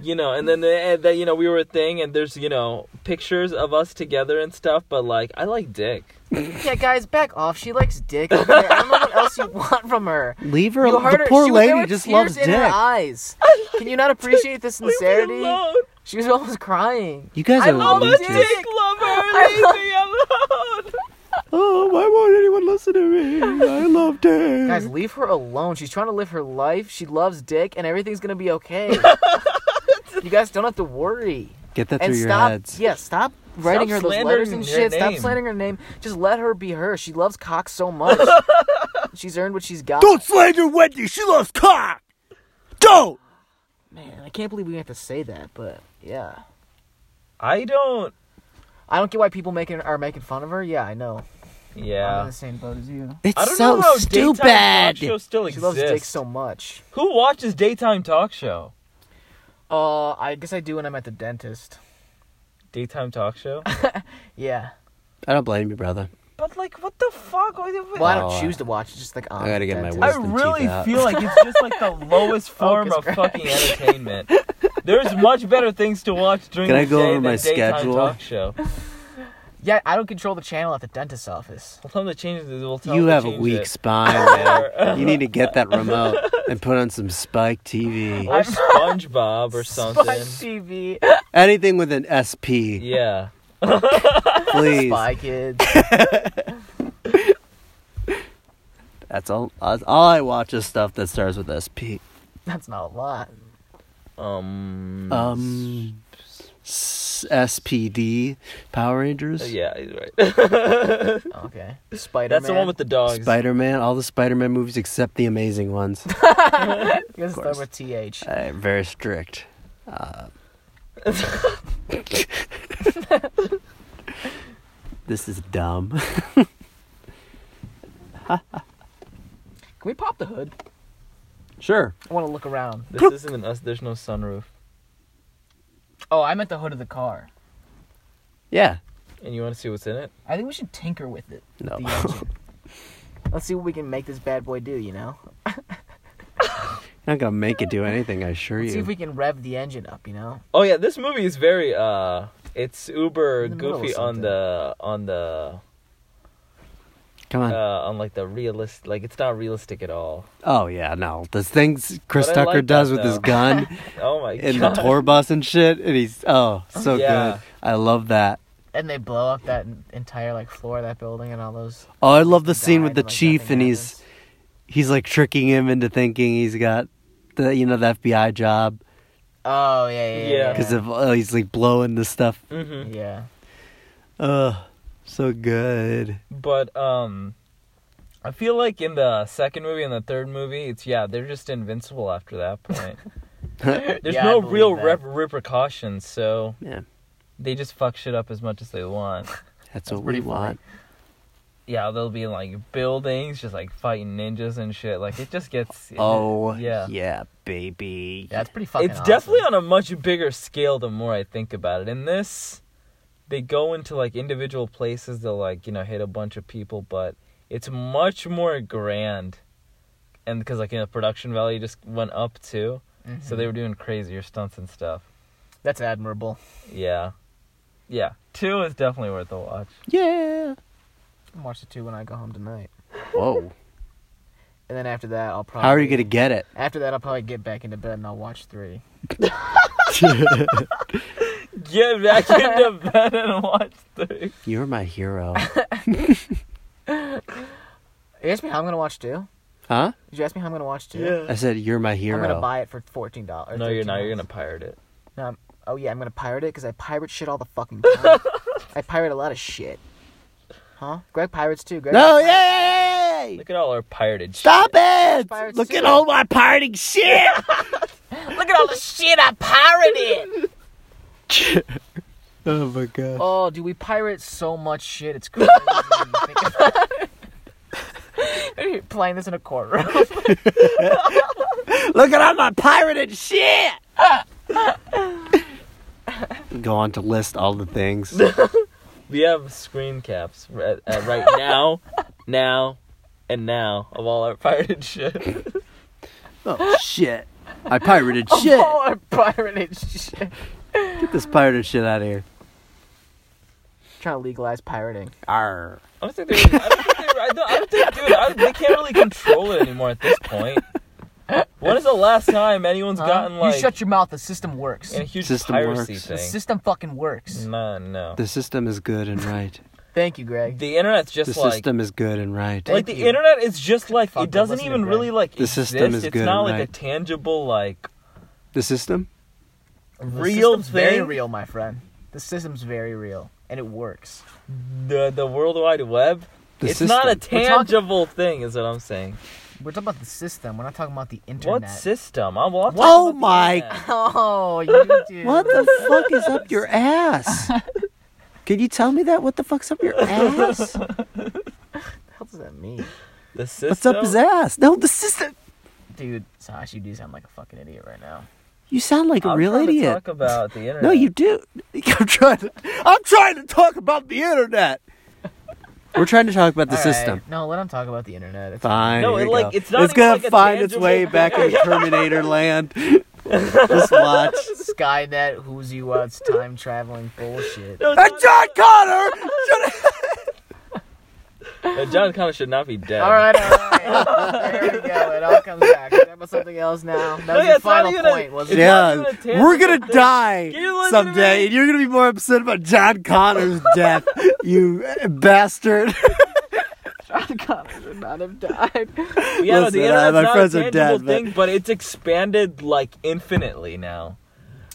C: you know, and then they, and that, you know, we were a thing, and there's, you know, pictures of us together and stuff, but, like, I like dick.
A: Yeah, guys, back off. She likes dick. Okay? I don't know what else you want from her.
B: Leave her.
A: You
B: alone.
A: heard
B: The
A: her.
B: poor
A: she, there were
B: lady just
A: tears
B: loves
A: in
B: dick.
A: Her
C: <laughs>
A: eyes. Can you not appreciate the
C: Leave me
A: sincerity?
C: alone.
A: She was almost crying.
B: You guys
A: I
B: are
A: love
C: I'm a
A: Leave
C: dick
A: me.
B: leeches.
C: lover. Leave me alone.
B: Oh, why won't anyone listen to me?
C: <laughs>
B: I love dick.
A: Guys, leave her alone. She's trying to live her life. She loves dick, and everything's gonna be
C: <laughs>
A: okay. you guys don't have to worry.
B: Get that
A: and
B: through your
A: stop.
B: heads.
A: Yeah, stop writing her those letters
C: slandering
A: and
C: her
A: shit. Stop
C: name.
A: slandering her name. Just let her be her. She loves cock so much.
C: <laughs>
A: she's earned what she's got.
B: Don't slander Wendy. She loves cock. Don't.
A: Man, I can't believe we have to say that, but yeah.
C: I don't.
A: I don't get why people making are making fun of her. Yeah, I know. I'm in
C: Yeah.
A: the same boat as you.
C: I don't
B: It's
C: know
B: so
C: how daytime talk
B: stupid.
C: shows still
A: She
C: exist.
A: loves dick so much.
C: Who watches daytime talk show?
A: Uh, I guess I do when I'm at the dentist.
C: Daytime talk show?
A: Yeah.
B: I don't blame you, brother.
C: but like, what the fuck? Why do we-
A: Well, I
B: Oh, I-
A: don't choose to watch. It's just like on
B: I gotta
A: the
B: get my
A: dentist.
B: wisdom
C: I
B: teeth
C: really
B: out.
C: feel like it's just
B: <laughs>
C: like the lowest form
A: Focus,
C: of
A: Greg.
C: fucking entertainment. There's much better things to watch during
B: Can
C: the
B: I go
C: day
B: over
C: than
B: my
C: daytime
B: schedule?
C: talk show.
A: Yeah, I don't control the channel at the dentist's office.
C: We'll tell them to change it. We'll tell
B: You
C: them to
B: have a
C: change
B: weak
C: it.
B: spine,
C: <laughs> uh,
B: <laughs> man. you need to get that remote and put on some Spike TV.
C: Or SpongeBob or
A: Spike
C: something.
A: TV.
B: Anything with an SP,
C: Yeah.
B: please.
A: Spy Kids.
B: That's all. that's All I watch is stuff that starts with SP.
A: That's not a lot.
C: Um.
B: Um, s- SPD, Power Rangers,
C: oh, Yeah, he's <laughs> right.
A: Okay. Spider.
C: That's the one with the dogs.
B: Spider Man, all the Spider Man movies except the amazing ones.
A: You guys
B: course.
A: start with TH.
B: I'm very strict. Uh, <laughs> this is dumb.
A: Can we pop the hood?
B: Sure.
A: I want to look around.
C: This isn't an us. There's no sunroof.
A: Oh, I meant the hood of the car.
B: Yeah.
C: And you want to see what's in it?
A: I think we should tinker with it.
B: No.
A: The engine.
B: <laughs>
A: Let's see what we can make this bad boy do. You know.
B: You're not gonna make it do anything, I assure
A: Let's see
B: you.
A: if we can rev the engine up. You know.
C: Oh yeah, this movie is very uh it's uber
A: In the middle of
C: goofy on
A: something.
C: the on the
B: Come
C: uh
B: on.
C: on like the realist like it's not realistic at all.
B: oh yeah, no. The things Chris
C: But I
B: Tucker
C: like
B: does
C: that,
B: with his
C: though.
B: gun
C: Oh my
B: in the
C: god.
B: tour bus and shit, and he's oh so
C: Yeah.
B: good. I love that.
A: And they blow up that en- entire like floor of that building and all those.
B: Oh, I love the scene
A: died
B: with the
A: and, like,
B: chief,
A: nothing
B: and he's he's like tricking him into thinking he's got the you know the FBI job
A: Oh yeah, yeah,
C: Yeah.
A: yeah.
B: because of oh, he's like blowing the stuff
C: hmm
A: yeah.
B: Ugh, so good.
C: But um I feel like in the second movie and the third movie, it's yeah, they're just invincible after that
B: <laughs>
C: point. There's
A: Yeah, I
C: no
A: believe
C: real
A: that.
C: rep- repercussions, so
B: Yeah,
C: they just fuck shit up as much as
B: <laughs>
C: they want.
B: that's, what we
A: pretty funny.
B: want.
C: Yeah, they'll be in like buildings, just like fighting ninjas and shit. Like it just gets.
B: Oh, yeah,
C: yeah.
B: baby.
A: Yeah, it's pretty fucking.
C: it's
A: awesome.
C: definitely on a much bigger scale the more I think about it. In this, they go into like individual places. They'll like you know hit a bunch of people, but it's much more grand and because like you know, production value just went up too, so they were doing crazier stunts and stuff.
A: Mm-hmm. That's admirable.
C: Yeah, yeah. Two is definitely worth a watch.
B: Yeah.
A: I'll watch the two when I go home tonight,
B: Whoa.
A: and then after that I'll probably.
B: How are you gonna get it? <laughs>
A: After that, I'll probably get back into bed and I'll watch three.
C: Get <laughs> back into bed and watch three.
B: You're my hero.
A: You asked me how I'm gonna watch two.
B: Huh?
A: Did you ask me how I'm gonna watch two?
B: I said you're my
A: I'm
B: hero.
A: gonna buy it for fourteen dollars.
C: No, you're not. You're gonna pirate it.
A: Um, oh yeah, I'm gonna pirate it because I pirate shit all the fucking
C: <laughs>
A: time. I pirate a lot of shit. Huh? Greg pirates too. Greg
B: no,
A: pirates-
B: yay!
C: Look at all our pirated.
B: Stop it!
A: Pirates
B: Look at
A: too.
B: all my pirating shit.
A: Look at all the shit I pirated.
B: <laughs> oh my god.
A: <laughs> oh, dude, we pirate so much shit. <laughs> It's crazy. when you think about it. You're <laughs> playing this in a
C: <laughs>
A: courtroom. <laughs>
B: Look at all my pirated
A: <laughs>
B: shit. Go on to list all
A: <laughs>
B: the things.
C: We have screen caps right, uh, right now, now, and now of all our pirated shit.
B: oh shit! I pirated shit.
A: all our pirated shit.
B: Get this pirated shit out of here.
A: Trying to legalize pirating.
B: Arr.
C: I don't think they. I don't think they. I don't, I don't think, dude, I, they can't really control it anymore at this point. When is the last time anyone's
A: Huh?
C: gotten like
A: you shut your mouth. The system works.
C: in a huge
B: System
C: piracy
B: works.
A: The
C: thing?
A: system fucking works.
C: No, no.
B: The system is good and right.
C: <laughs>
A: Thank you, Greg.
C: The internet's
B: The
C: just like
B: system is good and right.
A: Thank
C: like the
A: you.
C: internet is just like
A: Fuck,
C: it doesn't
A: listen to
C: even
A: Greg.
C: really like
B: The
C: exist.
B: system is
C: it's
B: good
C: not
B: and
C: like a
B: right.
C: tangible like
B: The system?
A: The
C: real
A: system's
C: thing.
A: Very real, my friend. The system's very real, and it works.
C: The the World Wide Web.
B: The
C: it's not a
B: system.
A: We're talking-
C: tangible thing, is what I'm saying.
A: We're talking about the system. We're not talking about the internet.
C: What system? I'm, well, I'm talking
B: Oh
C: about the
B: my-
C: internet.
A: <laughs> Oh, you do.
B: What the fuck is up
C: <laughs>
B: your ass? Can you tell me that? What the fuck's up your ass?
A: the hell does that mean,
C: The system.
B: What's up his ass? No, the system.
A: dude? Sash, you do sound like a fucking idiot right now.
B: You sound like a
C: I'm
B: real
C: trying to
B: idiot.
C: Talk about the
B: <laughs>
C: internet.
B: No, you do. I'm trying. To, I'm trying to talk about the internet. We're trying to talk about the
A: All right.
B: system.
A: No, let him talk about the internet. It's
B: Fine.
C: No,
B: here
C: it,
B: we
C: like,
B: go.
C: it's not even
B: gonna
C: like a
B: find its way
C: tangible-
B: back
C: <laughs>
B: in Terminator land. Just watch.
A: Skynet, who's you? What's time traveling
C: <laughs>
A: bullshit?
C: No, it's
B: And
C: not-
B: John Connor. should-
C: Uh, John Connor should not be dead.
A: All right, all right. <laughs> there we go. It all comes back. Talk about something else now. That was
C: yeah,
A: your
C: it's not
A: final
C: even a-
A: point, wasn't it?
C: not even
B: yeah,
C: a tangible
B: we're gonna
C: thing.
B: die
C: Can you listen to me?
B: someday, and you're gonna be more upset about John Connor's death, you bastard.
A: John <laughs> Connor would not have died.
C: Yeah, no,
B: Listen,
C: the
B: uh,
C: internet's
B: my
C: not
B: friends
C: a
B: are
C: tangible
B: dead, but-
C: thing, but... it's expanded like infinitely now.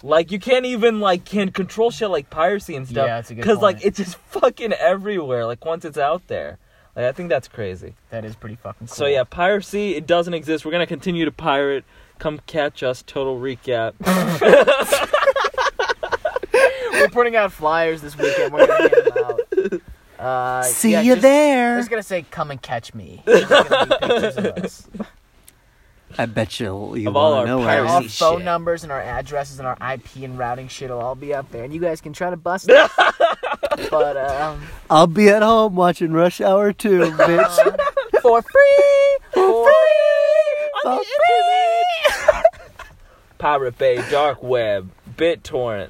C: Like you can't even like can control shit like piracy and stuff.
A: Yeah, that's a good
C: Because like
A: point.
C: it's just fucking everywhere. Like once it's out there, like I think that's crazy.
A: That is pretty fucking. Cool.
C: So yeah, piracy it doesn't exist. We're gonna continue to pirate. Come catch us.
B: <laughs>
C: Total recap.
A: We're putting out flyers this weekend. We're gonna get them out. Uh,
B: See
A: yeah,
B: you
A: just- I'm
B: there.
A: just gonna say, come and catch me. There's gonna be pictures of
C: <laughs>
A: us.
B: I bet you you
C: Of all
B: wanna
C: our
B: know
A: Our
B: where.
C: pirates.
A: all
C: shit.
A: phone numbers and our addresses and our IP and routing shit will all be up there, and you guys can try to
C: <laughs>
A: bust us. but um,
B: I'll be at home watching Rush Hour 2, bitch.
A: uh, for
C: <laughs>
A: free, for free.
B: For free!
C: Pirate Bay, Dark Web, BitTorrent.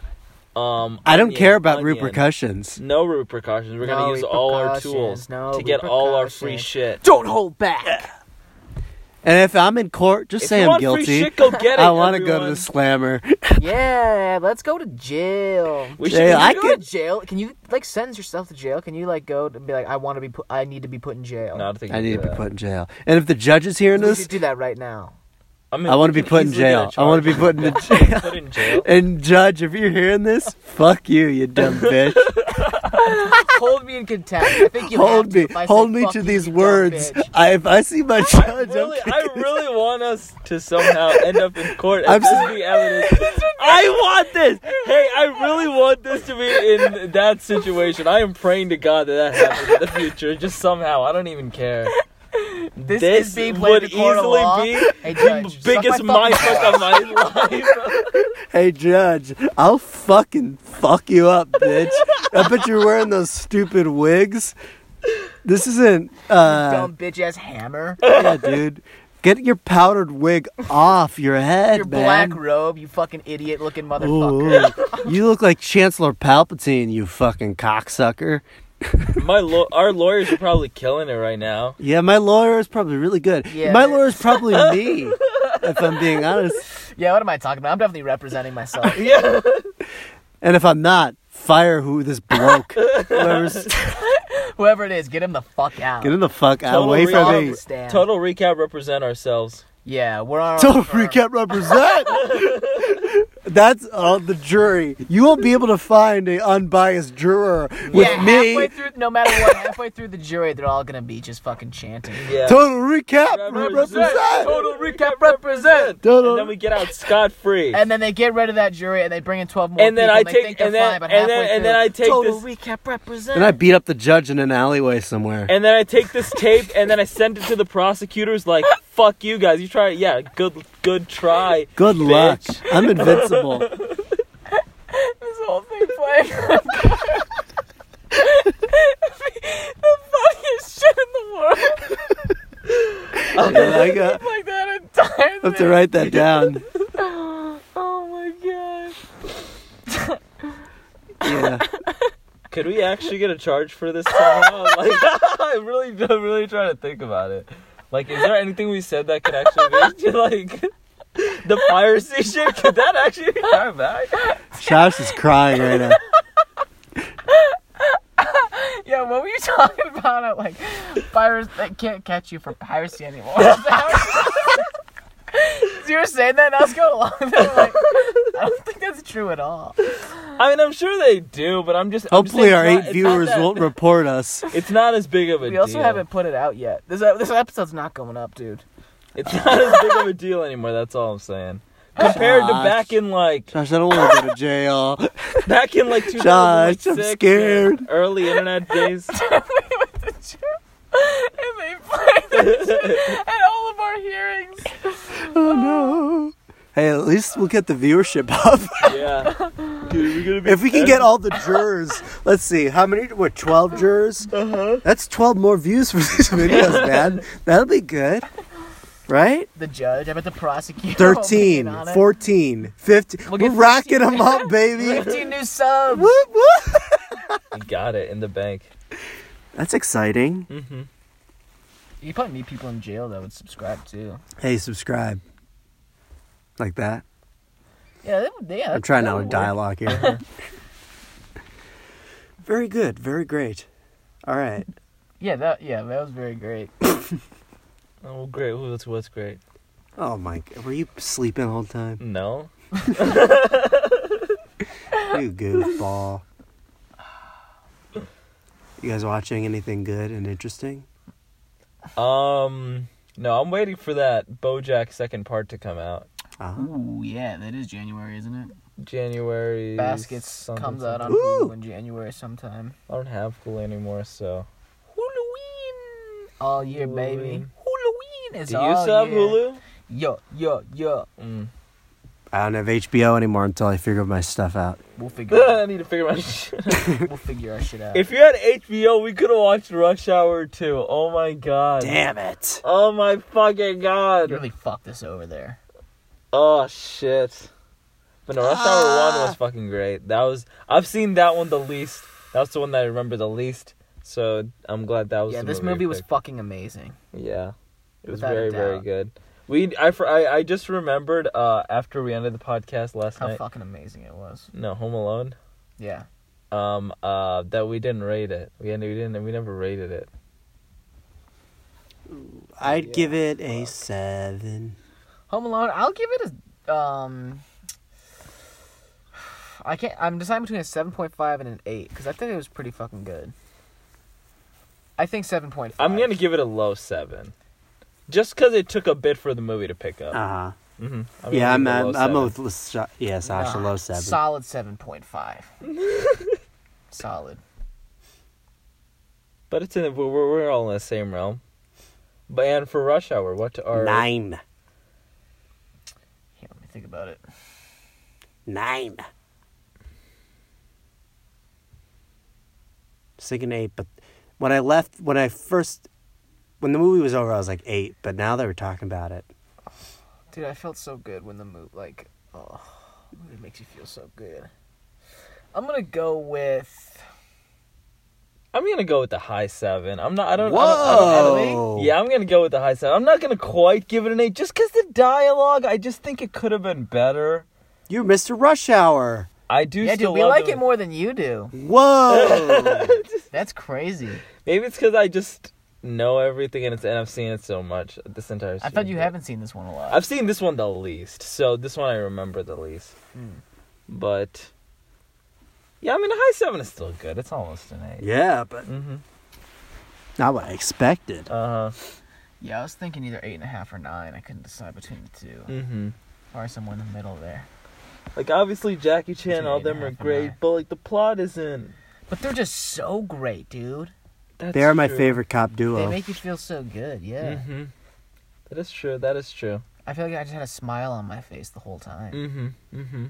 C: Um,
B: I don't
C: Onion,
B: care about
C: Onion.
B: repercussions.
C: No repercussions. We're
A: No
C: gonna use all our
A: repercussions,
C: tools
A: no
C: to get all our free
A: repercussions.
C: shit.
A: Don't hold back.
B: And if I'm in court, just
C: If
B: say
C: you
B: I'm
C: want free
B: guilty.
C: shit, go
B: <laughs>
C: get it,
B: I want to go to
C: everyone.
B: the slammer.
A: Yeah, let's go to jail.
C: We
B: Jay,
C: should.
A: Can
B: I
A: you go to
B: could-
A: jail? Can you like sentence yourself to jail? Can you like go to be like, I want to be put, I need to be put in jail.
C: No, I don't think
B: I
C: we
B: need
C: do
B: to be
C: that.
B: put in jail. And if the judge is hearing
A: we
B: this,
A: should do that right now.
C: I, mean,
B: I want to
C: we
B: be
C: could
B: put in
C: easily
B: jail.
C: get a
B: I want to be
C: charge.
B: put
A: <laughs>
B: in the jail.
C: put in jail.
B: And judge, if you're hearing this, fuck you,
A: <laughs>
B: you dumb bitch.
A: Hold me in contempt. I think you have
B: Hold
A: to
B: me,
A: if I
B: hold
A: said,
B: me
A: "Fuck
B: to
A: you,
B: these
A: you dumb
B: words.
A: bitch."
B: I, if I see my judge,
C: Really,
B: I'm,
C: I really want us to somehow end up in court and
B: I'm
C: this
B: so-
C: be evidence.
B: <laughs>
C: I want this. Hey, I really want this to be in that situation. I am praying to God that that happens in the future. Just somehow, I don't even care.
A: This,
C: This
A: is being played
C: would
A: in court of
C: easily
A: law.
C: be
A: Hey, judge, suck
C: Biggest
A: my fucking
C: mindfuck of my life.
B: hey judge, I'll fucking fuck you up, bitch. I bet you're wearing those stupid wigs. This isn't. uh
A: dumb bitch ass hammer.
B: Yeah, dude. Get your powdered wig off your head,
A: Your
B: man.
A: black robe, you fucking idiot looking <laughs> motherfucker.
B: Ooh, you look like Chancellor Palpatine, you fucking cocksucker.
C: My law our lawyers are probably killing it right now.
B: Yeah, my lawyer is probably really good.
A: Yeah,
B: my
A: man.
B: lawyer is probably
A: <laughs>
B: me, if I'm being honest.
A: Yeah, what am I talking about? I'm definitely representing
C: <laughs>
A: myself.
C: Yeah.
B: And if I'm not, fire who this
A: <laughs>
B: bloke. Whoever's,
A: Whoever it is, get him the fuck out.
B: get him the fuck out
C: Total
B: away
A: All
B: from
A: of
B: me.
A: the stand.
C: Total recap represent ourselves.
A: Yeah, we're on. our
B: Total
A: own firm. <laughs>
B: recap represent. That's all the jury. You won't be able to find a unbiased juror with
A: yeah,
B: me.
A: halfway through, no matter what, halfway through the jury, they're all gonna be just fucking chanting.
C: Yeah.
B: Total recap represent.
C: Total recap represent.
B: Total-
C: And then we get out scot free.
A: And then they get rid of that jury and they bring in twelve more.
C: And then
A: people
C: I
A: they
C: take-
A: think they're
C: and then-
A: fine, but
C: and then-
A: halfway
C: and then
A: through,
C: I take
A: total
C: this-
A: recap represent.
B: Then I beat up the judge in an alleyway somewhere.
C: And then I take this tape and then I send it to the prosecutors like, fuck you guys, you try yeah, good good try.
B: Good luck.
C: bitch.
B: I'm
C: <laughs>
B: invincible.
A: this whole thing <laughs> playing. the funniest shit in the world.
B: Yeah, I got- I
A: Like that entire
B: have to write that down.
A: <gasps> Oh my god.
B: Yeah.
C: Could we actually get a charge for this somehow? <laughs> Like I really I'm really trying to think about it. Like is there anything we said that could actually be <laughs> like the piracy shit? Could that actually be charged back?
B: Josh is crying right now.
A: Yeah, what were you talking about? Uh, Like, pirates that can't catch you for piracy anymore. <laughs> Is that what you- So you were saying that, and I was going along with it. Like, I don't think that's true at all.
C: I mean I'm sure they do, but I'm just I'm just
B: Hopefully,
C: saying
B: our
C: it's not-
B: eight
C: it's not
B: viewers
C: that-
B: won't report us.
C: It's not as big of a
A: We
C: deal.
A: also haven't put it out yet. This this episode's not going up, dude. <laughs>
C: It's not as big of a deal anymore, that's all I'm saying. Compared to
B: Josh.
C: back in like
B: Josh, I don't want to go to jail.
C: <laughs> back in like 2006
B: <laughs> Josh, I'm scared.
C: early internet days.
A: And they played it at all of our hearings.
B: Oh no. Hey, at least we'll get the viewership up. <laughs>
C: Yeah. Dude, we're gonna be
B: if we can get all the jurors, let's see, how many? What, 12 jurors?
C: uh-huh.
B: That's 12 more views for these <laughs> videos, man. That'll be good. Right?
A: The judge, I bet the prosecutor. will be in
B: 13,
A: on it.
B: 14, 15.
A: We'll
B: We're
A: get
B: rocking them up,
A: <laughs>
B: baby.
A: 15 new subs.
B: Whoop, whoop.
C: We got it in the bank.
B: That's exciting.
C: Mm-hmm.
A: You probably need people in jail that would subscribe too.
B: Hey, subscribe. Like that.
A: Yeah, that would, yeah.
B: I'm trying
A: that
B: out a
A: would work.
B: dialogue here. <laughs> very good. Very great. All right.
A: Yeah, that yeah, that was very great.
C: Oh great. Ooh, that's what's great.
B: Oh my! g- Were you sleeping the whole time?
C: No.
B: You goofball. You guys watching anything good and interesting?
C: Um no, I'm waiting for that Bojack second part to come out.
B: Uh-huh.
A: Ooh, yeah, that is January, isn't it?
C: January
A: Baskets
C: something,
A: comes out on
C: something.
B: Ooh.
A: Hulu in January sometime.
C: I don't have Hulu anymore, so
A: Halloween, all year, baby.
C: Halloween.
A: Halloween is
C: Do you
A: all
C: still have
A: year.
C: Hulu?
A: Yo, yo, yo.
B: <laughs>
C: Mm.
B: I don't have HBO anymore until I figure my stuff out.
A: We'll figure. it <laughs>
C: <laughs> I need to figure my shit.
A: out. we'll figure our shit out.
C: <laughs> If you had HBO, we could have watched Rush Hour 2. Oh my god.
B: Damn it!
C: Oh my fucking god.
A: you really fucked us over there.
C: Oh shit. But no, Rush Hour
A: Ah.
C: One was fucking great. That was I've seen that one the least. That's the one that I remember the least. So I'm glad that was.
A: Yeah,
C: the
A: this
C: movie,
A: movie was
C: picked.
A: fucking amazing.
C: yeah, it was
A: without a
C: very very
A: doubt.
C: good. We I, fr- I I just remembered uh after we ended the podcast last
A: How
C: night.
A: fucking amazing it was.
C: No, Home Alone.
A: Yeah.
C: Um, uh, that we didn't rate it. We we didn't. We never rated it.
B: I'd
A: Yeah,
B: give it a seven.
A: Home Alone, I'll give it a um. I can't. I'm deciding between a seven point five and an eight because I think it was pretty fucking good. I think seven point five.
C: I'm gonna give it a low seven, just because it took a bit for the movie to pick
A: Ah.
C: up.
B: Uh huh.
C: hmm
B: Yeah, I'm. I'm, I'm a with yeah, Sasha
A: Nah,
B: low seven.
A: Solid seven point five. <laughs> solid.
C: But it's in the, we're we're all in the same realm. But and for rush hour, what are
B: Nine.
A: Here, let me think about it.
B: Nine. Second eight, but when I left, when I first, when the movie was over, I was like eight, but now that we're talking about it,
A: Dude, I felt so good when the move like oh it makes you feel so good. I'm gonna go with
C: I'm gonna go with the high seven. I'm not. I don't. I don't, I don't- I don't-
B: whoa,
C: yeah, I'm gonna go with the high seven. I'm not gonna quite give it an eight, just because the dialogue. I just think it could have been better.
B: you're Mr. Rush Hour.
C: I do.
A: Yeah,
C: still
A: dude, we
C: love
A: like
C: the-
A: it more than you do.
C: <laughs>
B: Whoa,
A: That's crazy.
C: Maybe it's because I just know everything and it's and I've seen it so much this entire.
A: I thought
C: season.
A: you haven't seen this one a lot.
C: I've seen this one the least, so this one I remember the least.
A: Mm.
C: But yeah, I mean, a high seven is still good. It's almost an eight.
B: yeah, but
C: Mm-hmm.
B: not what I expected.
C: Uh huh.
A: Yeah, I was thinking either eight and a half or nine. I couldn't decide between the two.
C: Mm-hmm.
A: Or somewhere in the middle there.
C: Like obviously Jackie Chan,
A: Between
C: all
A: eight and a
C: them are
A: half and
C: great,
A: nine.
C: but like the plot isn't.
A: But they're just so great, dude.
C: That's
B: They are my
C: true.
B: favorite cop
A: They
B: duo.
A: make you feel so good, yeah.
C: Mm-hmm. That is true. That is true.
A: I feel like I just had a smile on my face the whole time.
C: Mm-hmm. Mm-hmm.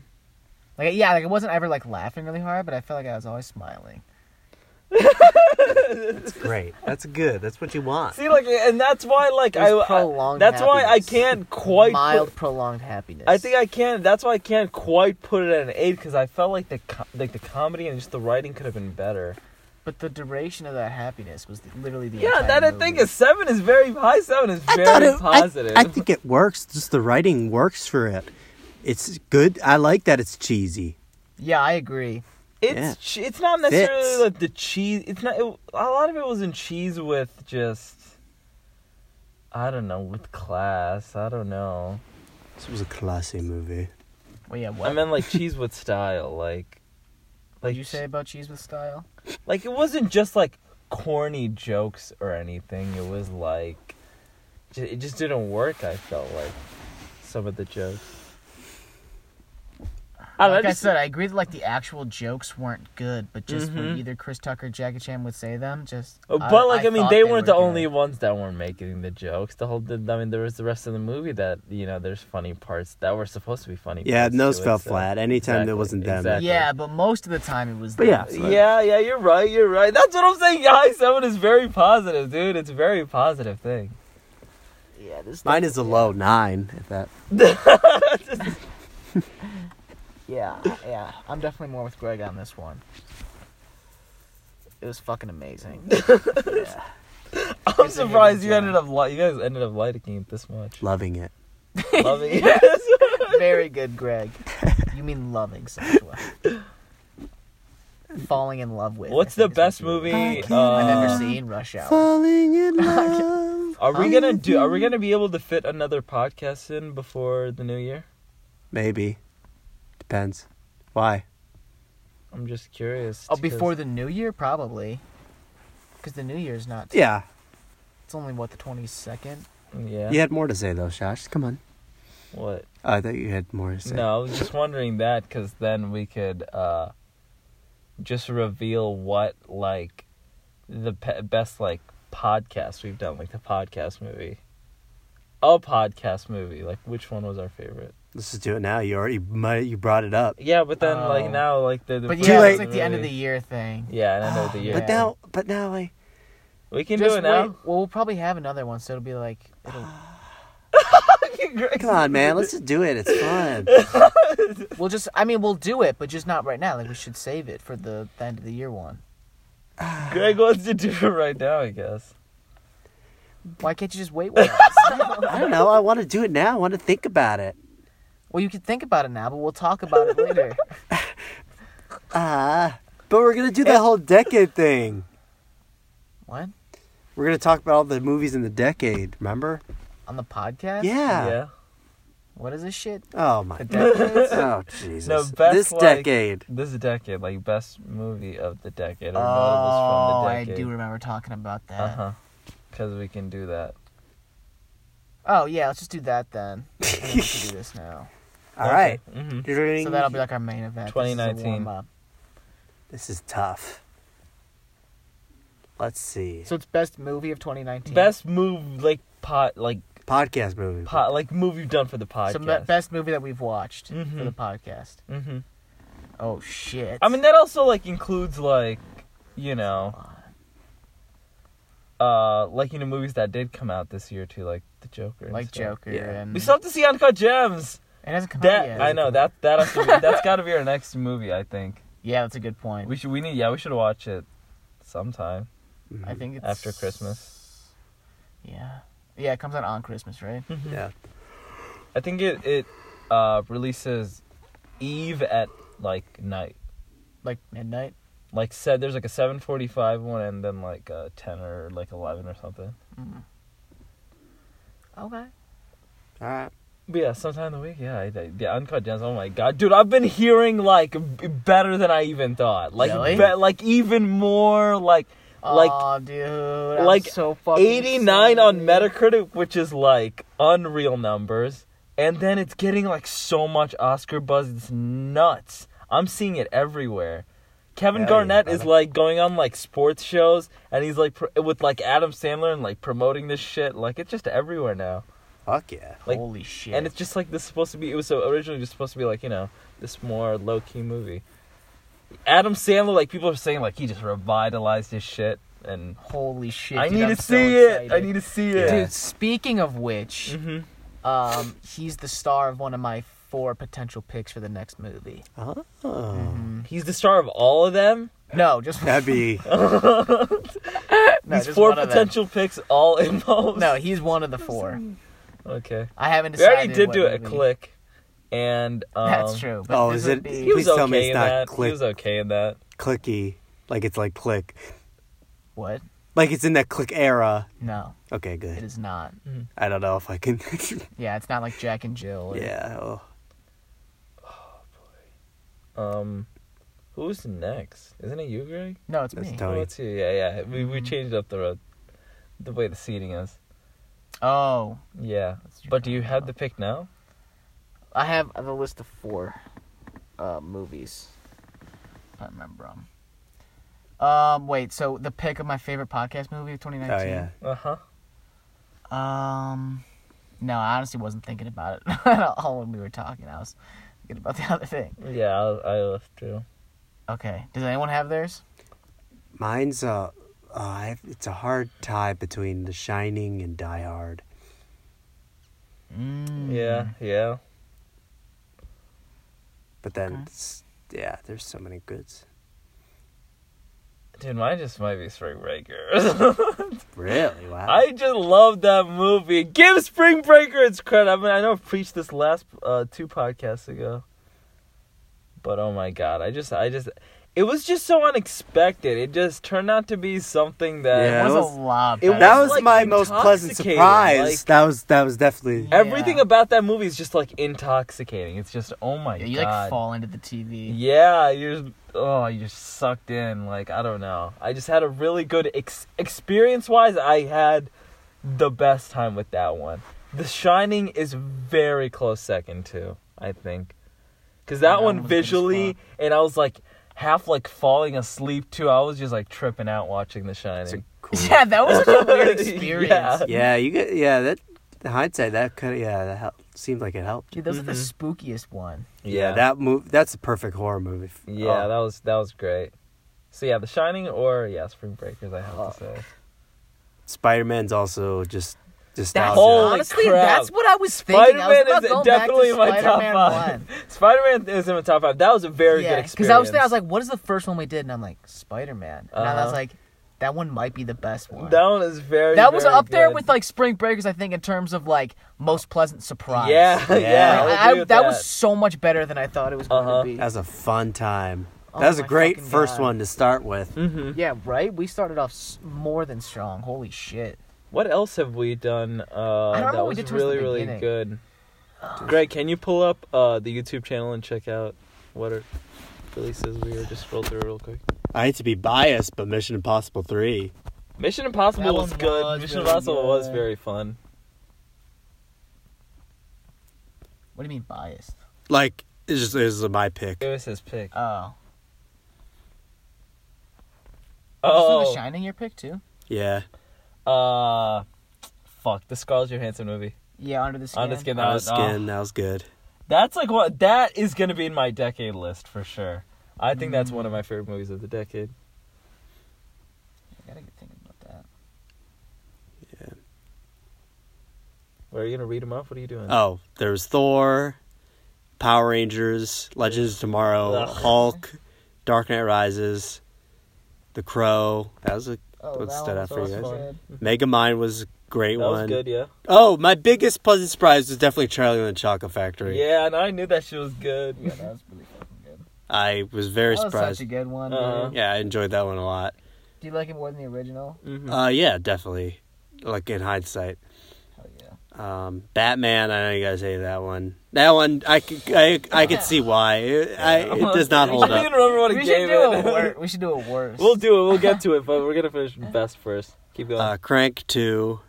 A: Like yeah, like I wasn't ever like laughing really hard, but I felt like I was always smiling.
B: That's great. That's good. That's what you want.
C: See, like, and that's why, like, I,
A: There's
C: I-
A: prolonged
C: that's why I
A: happiness.
C: can't quite.
A: Mild
C: put-
A: prolonged happiness.
C: I think I can. That's why I can't quite put it at an eight because I felt like the co- like the comedy and just the writing could have been better.
A: But the duration of that happiness was literally the
C: Yeah,
A: entire
C: that I
A: movie.
C: think is seven is very high. Seven is
B: I thought
C: very
B: it, I-
C: positive.
B: I, think it works. Just the writing works for it. It's good. I like that it's cheesy.
A: Yeah, I agree.
C: it's
B: yeah.
C: che- it's not necessarily
B: Fits.
C: like the cheese. It's not it, a lot of it was in cheese with just I don't know with class. I don't know.
B: This was a classy movie.
A: Well, yeah, what
C: I meant like cheese with style. Like
A: did you say about cheese with style?
C: Like it wasn't just like corny jokes or anything. It was like j- it just didn't work. I felt like some of the jokes. I, don't
A: like
C: know,
A: I,
C: I just-
A: said, I agree that like the actual jokes weren't good, but just when
C: Mhm.
A: either Chris Tucker, or Jackie Chan would say them, just.
C: Oh, but like I, mean,
A: thought
C: they, weren't
A: were
C: the only
A: good.
C: ones that weren't making the jokes. The whole, the, I mean, there was the rest of the movie that you know, there's funny parts that were supposed to be funny.
B: Yeah,
C: parts
B: and those
C: to it,
B: fell
C: so-
B: flat. Anytime there wasn't them.
C: exactly.
A: Yeah, but most of the time it was.
B: But
A: them.
B: yeah. That's right.
C: Yeah, yeah, you're right. You're right. That's what I'm saying. High seven is very positive, dude. It's a very positive thing.
A: yeah, this.
B: Mine is a low nine. If that.
A: Yeah, yeah. I'm definitely more with Greg on this one. It was fucking
B: <laughs>
A: amazing. yeah.
C: I'm surprised you ended up li- you guys ended up liking it
A: <laughs>
C: this much.
B: Loving it.
C: Loving it.
A: Very good, Greg. You mean loving sexual?
B: <laughs>
A: Falling in love with.
C: <laughs> What's
A: I
C: the
A: think is what
C: best
A: you mean.
C: movie?
B: I can't-
C: uh,
A: I've ever seen Rush Hour.
B: Falling
C: <laughs>
B: in love.
C: Are we gonna do? Are we gonna be able to fit another podcast in before the new year?
B: Maybe. Depends. Why?
C: I'm just curious.
A: Oh, before the New Year, probably. Because the New Year's not.
B: Yeah.
A: It's only what the twenty second.
C: yeah.
B: You had more to say though, Shosh. Come on.
C: What?
B: Oh, I thought you had more to say.
C: No, I was just wondering that because then we could uh, just reveal what like the pe- best like podcast we've done, like the podcast movie, a podcast movie. Like which one was our favorite?
B: Let's just do it now. You already might, you brought it up.
C: Yeah, but then
A: Oh.
C: like now like the, the
A: But
B: Too
A: yeah,
B: late.
A: it's like the end of the year thing.
C: Yeah, end of the year.
B: But now, but now I.
C: we can
A: Just
C: do it now.
A: wait- Well, we'll probably have another one, so it'll be like. It'll,
C: <laughs>
B: Come on, man. Let's just do it. It's fun.
A: we'll just. I mean, we'll do it, but just not right now. Like we should save it for the, the end of the year one.
C: Greg wants to do it right now, I guess.
A: Why can't you just wait? One
B: <laughs> I don't know. I want to do it now. I want to think about it.
A: <laughs> well, you can think about it now, but we'll talk about it later.
B: Ah. but we're gonna do the whole decade thing.
A: What
B: We're gonna talk about all the movies in the decade. Remember?
A: on the podcast?
B: Yeah.
C: yeah.
A: What is this shit?
B: Oh my.
A: The
B: God.
A: decades?
B: Oh Jesus.
C: No, best,
B: this
C: like-
B: decade.
C: This decade, like best movie of the decade or
A: oh,
C: notables
A: I
C: from the decade.
A: do remember talking about that.
C: Uh huh. Because we can do that.
A: Oh yeah, let's just do that then. I think we should do this now.
B: All right.
C: Mm-hmm.
A: So that'll be like our main event.
C: 2019.
A: This is a warm-up.
B: This is tough. Let's see.
A: so it's best movie of 2019.
C: Best move, like pot, like
B: podcast movie.
C: pot, like move you've done for the podcast.
A: So me- best movie that we've watched for
C: Mhm.
A: the podcast.
C: mm-hmm.
A: Oh shit.
C: I mean, that also like includes like you know, uh, like you know movies that did come out this year too, like The Joker. and
A: like
C: stuff.
A: Joker Oh,
B: Yeah.
A: and
C: We still have to see Uncut Gems.
A: it hasn't come out
C: That
A: yet.
C: I know that that has to be, that's got to be our next movie. I think
A: Yeah, that's a good point.
C: we should we need yeah we should watch it sometime.
A: I
B: Mm-hmm.
A: think it's
C: After Christmas.
A: Yeah, yeah, it comes out on Christmas, right?
B: Yeah.
C: I think it it uh, releases Eve at like night.
A: Like midnight.
C: Like said, there's like a seven forty five one and then like a ten or like eleven or something.
A: Mm. Okay.
B: All right.
C: But yeah, sometime in the week. Yeah, I, I, yeah, uncut gems. Oh my god, dude, I've been hearing like b- better than I even thought. Like,
A: Really?
C: be- like even more like Like-
A: Aw, dude, I'm
C: like
A: so fucking
C: eighty nine on
A: excited.
C: Metacritic, which is like unreal numbers. And then it's getting like so much Oscar buzz. It's nuts. I'm seeing it everywhere. Kevin
B: Hell yeah,
C: Garnett is
B: brother.
C: like going on like sports shows, and he's like pr- with like Adam Sandler and like promoting this shit. Like it's just everywhere now.
B: Fuck yeah.
C: like-
A: Holy shit!
C: And it's just like this is supposed to be. It was so originally just supposed to be like you know this more low key movie. Adam Sandler, like people are saying, like he just revitalized his shit, and
A: holy shit.
C: I
A: dude,
C: need
A: I'm
C: to
A: so
C: see
A: excited.
C: it. I need to see it.
B: Yeah.
A: Dude, speaking of which,
C: hmm
A: um, he's the star of one of my four potential picks for the next movie. Mm-hmm.
B: Oh.
C: He's the star of all of them.
A: No, just
B: That'd be
A: no,
C: These
A: just
C: four
A: one of them.
C: potential picks all <laughs>
A: <laughs>
C: involved.
A: No, he's one of the four.
C: Okay.
A: I haven't
C: We
A: decided.
C: already did
A: what
C: do it. A
A: movie.
C: click, and um,
A: That's true. But
B: Oh,
A: this
B: is
A: would
B: it-
A: be-
C: He was
B: Please
C: okay
B: tell me it's
C: in
B: not
C: that.
B: click.
C: He was okay in that.
B: clicky. Like it's like click.
A: what?
B: Like it's in that click era.
A: No,
B: Okay,
A: it
B: good.
A: is not.
B: I don't know if I can. <laughs>
A: Yeah, it's not like Jack and Jill. or-
B: yeah. Oh.
C: Um, who's next? Isn't it you, Greg?
A: No, it's me.
B: That's dope. Tony.
C: Oh, it's you. Yeah, yeah. We
A: Mm-hmm.
C: we changed up the road, the way the seating is.
A: Oh,
C: Yeah.
A: That's
C: But do you have the pick now?
A: I have the list of four uh, movies. If I remember 'em. Um, wait. So the pick of my favorite podcast movie of
B: Oh
A: 2019.
B: yeah.
C: Uh huh.
A: Um, no, I honestly wasn't thinking about it <laughs> at all when we were talking. I was thinking about the <laughs> other thing.
C: Yeah, I, I left too.
A: Okay. Does anyone have theirs?
B: Mine's a. Uh, I- it's a hard tie between The Shining and Die Hard.
A: Mm.
C: Yeah, yeah.
B: But then,
A: Okay.
B: it's, yeah, there's so many goods.
C: Dude, mine just might be Spring Breakers. <laughs>
B: Really? Wow.
C: I just love that movie. Give Spring Breakers credit. I mean, I know I've preached this last uh, two podcasts ago, but oh my god, I just, I just, it was just so unexpected. It just turned out to be something that
A: It
B: Yeah,
A: was,
B: that was-
A: a lot.
C: it
A: better.
B: that was
C: like,
B: my most pleasant
C: intoxicating,
B: surprise.
C: like-
B: that was that was definitely.
A: Yeah.
C: Everything about that movie is just like intoxicating. It's just oh my
A: Yeah, you
C: god.
A: like fall into the TV.
C: Yeah, you're just- oh, you're just sucked in. Like I don't know. I just had a really good ex- experience wise. I had the best time with that one. The Shining is very close second too. I think because that
A: That
C: one
A: one's good as
C: visually,
A: fuck.
C: and I was like half like falling asleep too. I was just like tripping out watching The
B: It's a
C: <laughs> Shining.
B: cool.
A: <laughs> Yeah, that was such a weird experience.
C: Yeah.
B: yeah, you get yeah that the hindsight that could yeah that help, seemed like it helped.
A: Dude, those are the
C: Mm-hmm.
A: spookiest one.
B: Yeah, that move that's a perfect horror movie.
C: Yeah,
B: Oh,
C: that was that was great. So yeah, The Shining or yeah, Spring Breakers. I have
B: Oh.
C: to say.
B: Spider Man's also just just
A: That's
C: Holy
A: honestly,
C: crap.
A: that's what I was thinking.
C: Spider Man
A: I was
C: is
A: about going back to
C: definitely in my
A: Spider-Man
C: top
A: one.
C: five. Spider Man is in my top five. That was a <laughs> very good experience.
A: Because I was there, I was like, what is the first one we did? And I'm like, Spider Man. And I
C: Uh-huh.
A: was like, that one might be the best one.
C: that one is very.
A: That was
C: very
A: up there
C: good.
A: with like Spring Breakers, I think, in terms of like most pleasant surprise.
C: Yeah, <laughs> yeah.
B: Yeah.
A: Like,
C: I'll
A: I-
C: agree
A: that,
C: with
A: was so much better than I thought it was going
C: Uh-huh.
A: to be.
B: That was a fun time.
A: Oh
B: that was a
A: my
B: great
A: fucking
B: first
A: God. Mm-hmm.
B: one to start with.
A: yeah, right. We started off s- more than strong. Holy shit!
C: What else have we done? Uh,
A: I don't remember
C: that
A: what we
C: was
A: did towards the
C: really, really
A: beginning.
C: good. Greg, can you pull up uh, the YouTube channel and check out what are releases? We were just scroll through real quick.
B: I hate to be biased, but Mission Impossible three.
C: Mission Impossible
A: That
C: was
A: one
C: good.
A: was
C: Mission
A: really
C: Impossible was
A: good.
C: very fun.
A: What do you mean biased?
B: Like it's just it's my pick.
C: It was his pick.
A: Oh,
C: Oh,
A: Isn't The Shining your pick too?
B: Yeah.
C: uh, fuck the Scarlett Johansson movie.
A: Yeah, Under the Skin.
C: Under the Skin. That
B: That
C: was,
B: was
C: oh,
B: skin, that was good.
C: That's like what that is gonna be in my decade list for sure. I think that's one of my favorite movies of the decade.
A: I gotta get thinking about that.
C: Well, are you gonna read them off? What are you doing?
B: Oh, there's Thor, Power Rangers, Legends of Tomorrow,
C: Ugh.
B: Hulk, Dark Knight Rises, The Crow. That was a
A: Oh,
B: what
A: that
B: stood
A: one's
B: out for you
A: also
B: guys.
A: good.
B: Mega Mind was a great
C: that
B: one.
C: was good. Yeah.
B: Oh, my biggest pleasant surprise was definitely Charlie and the Chocolate Factory.
C: Yeah, and I knew that shit was good.
A: Yeah, that was really fucking good.
B: I was very
A: That was
B: surprised.
A: such a good one.
C: Uh-huh.
A: dude.
B: Yeah, I enjoyed that one a lot.
A: Do you like it more than the original?
C: <laughs> Mhm.
B: Uh, yeah, definitely. Like in hindsight,
A: Hell yeah.
B: um, Batman. I know you guys hated that one. That one, I could, I, I could see why. It, I, it does not hold
C: I don't
B: up.
C: even remember what it
A: We should
C: gave
A: do
C: <laughs> it.
A: it worse. We should do it worse.
C: we'll do it. We'll get to it, but we're gonna finish with best first. Keep going.
B: Uh, Crank Two,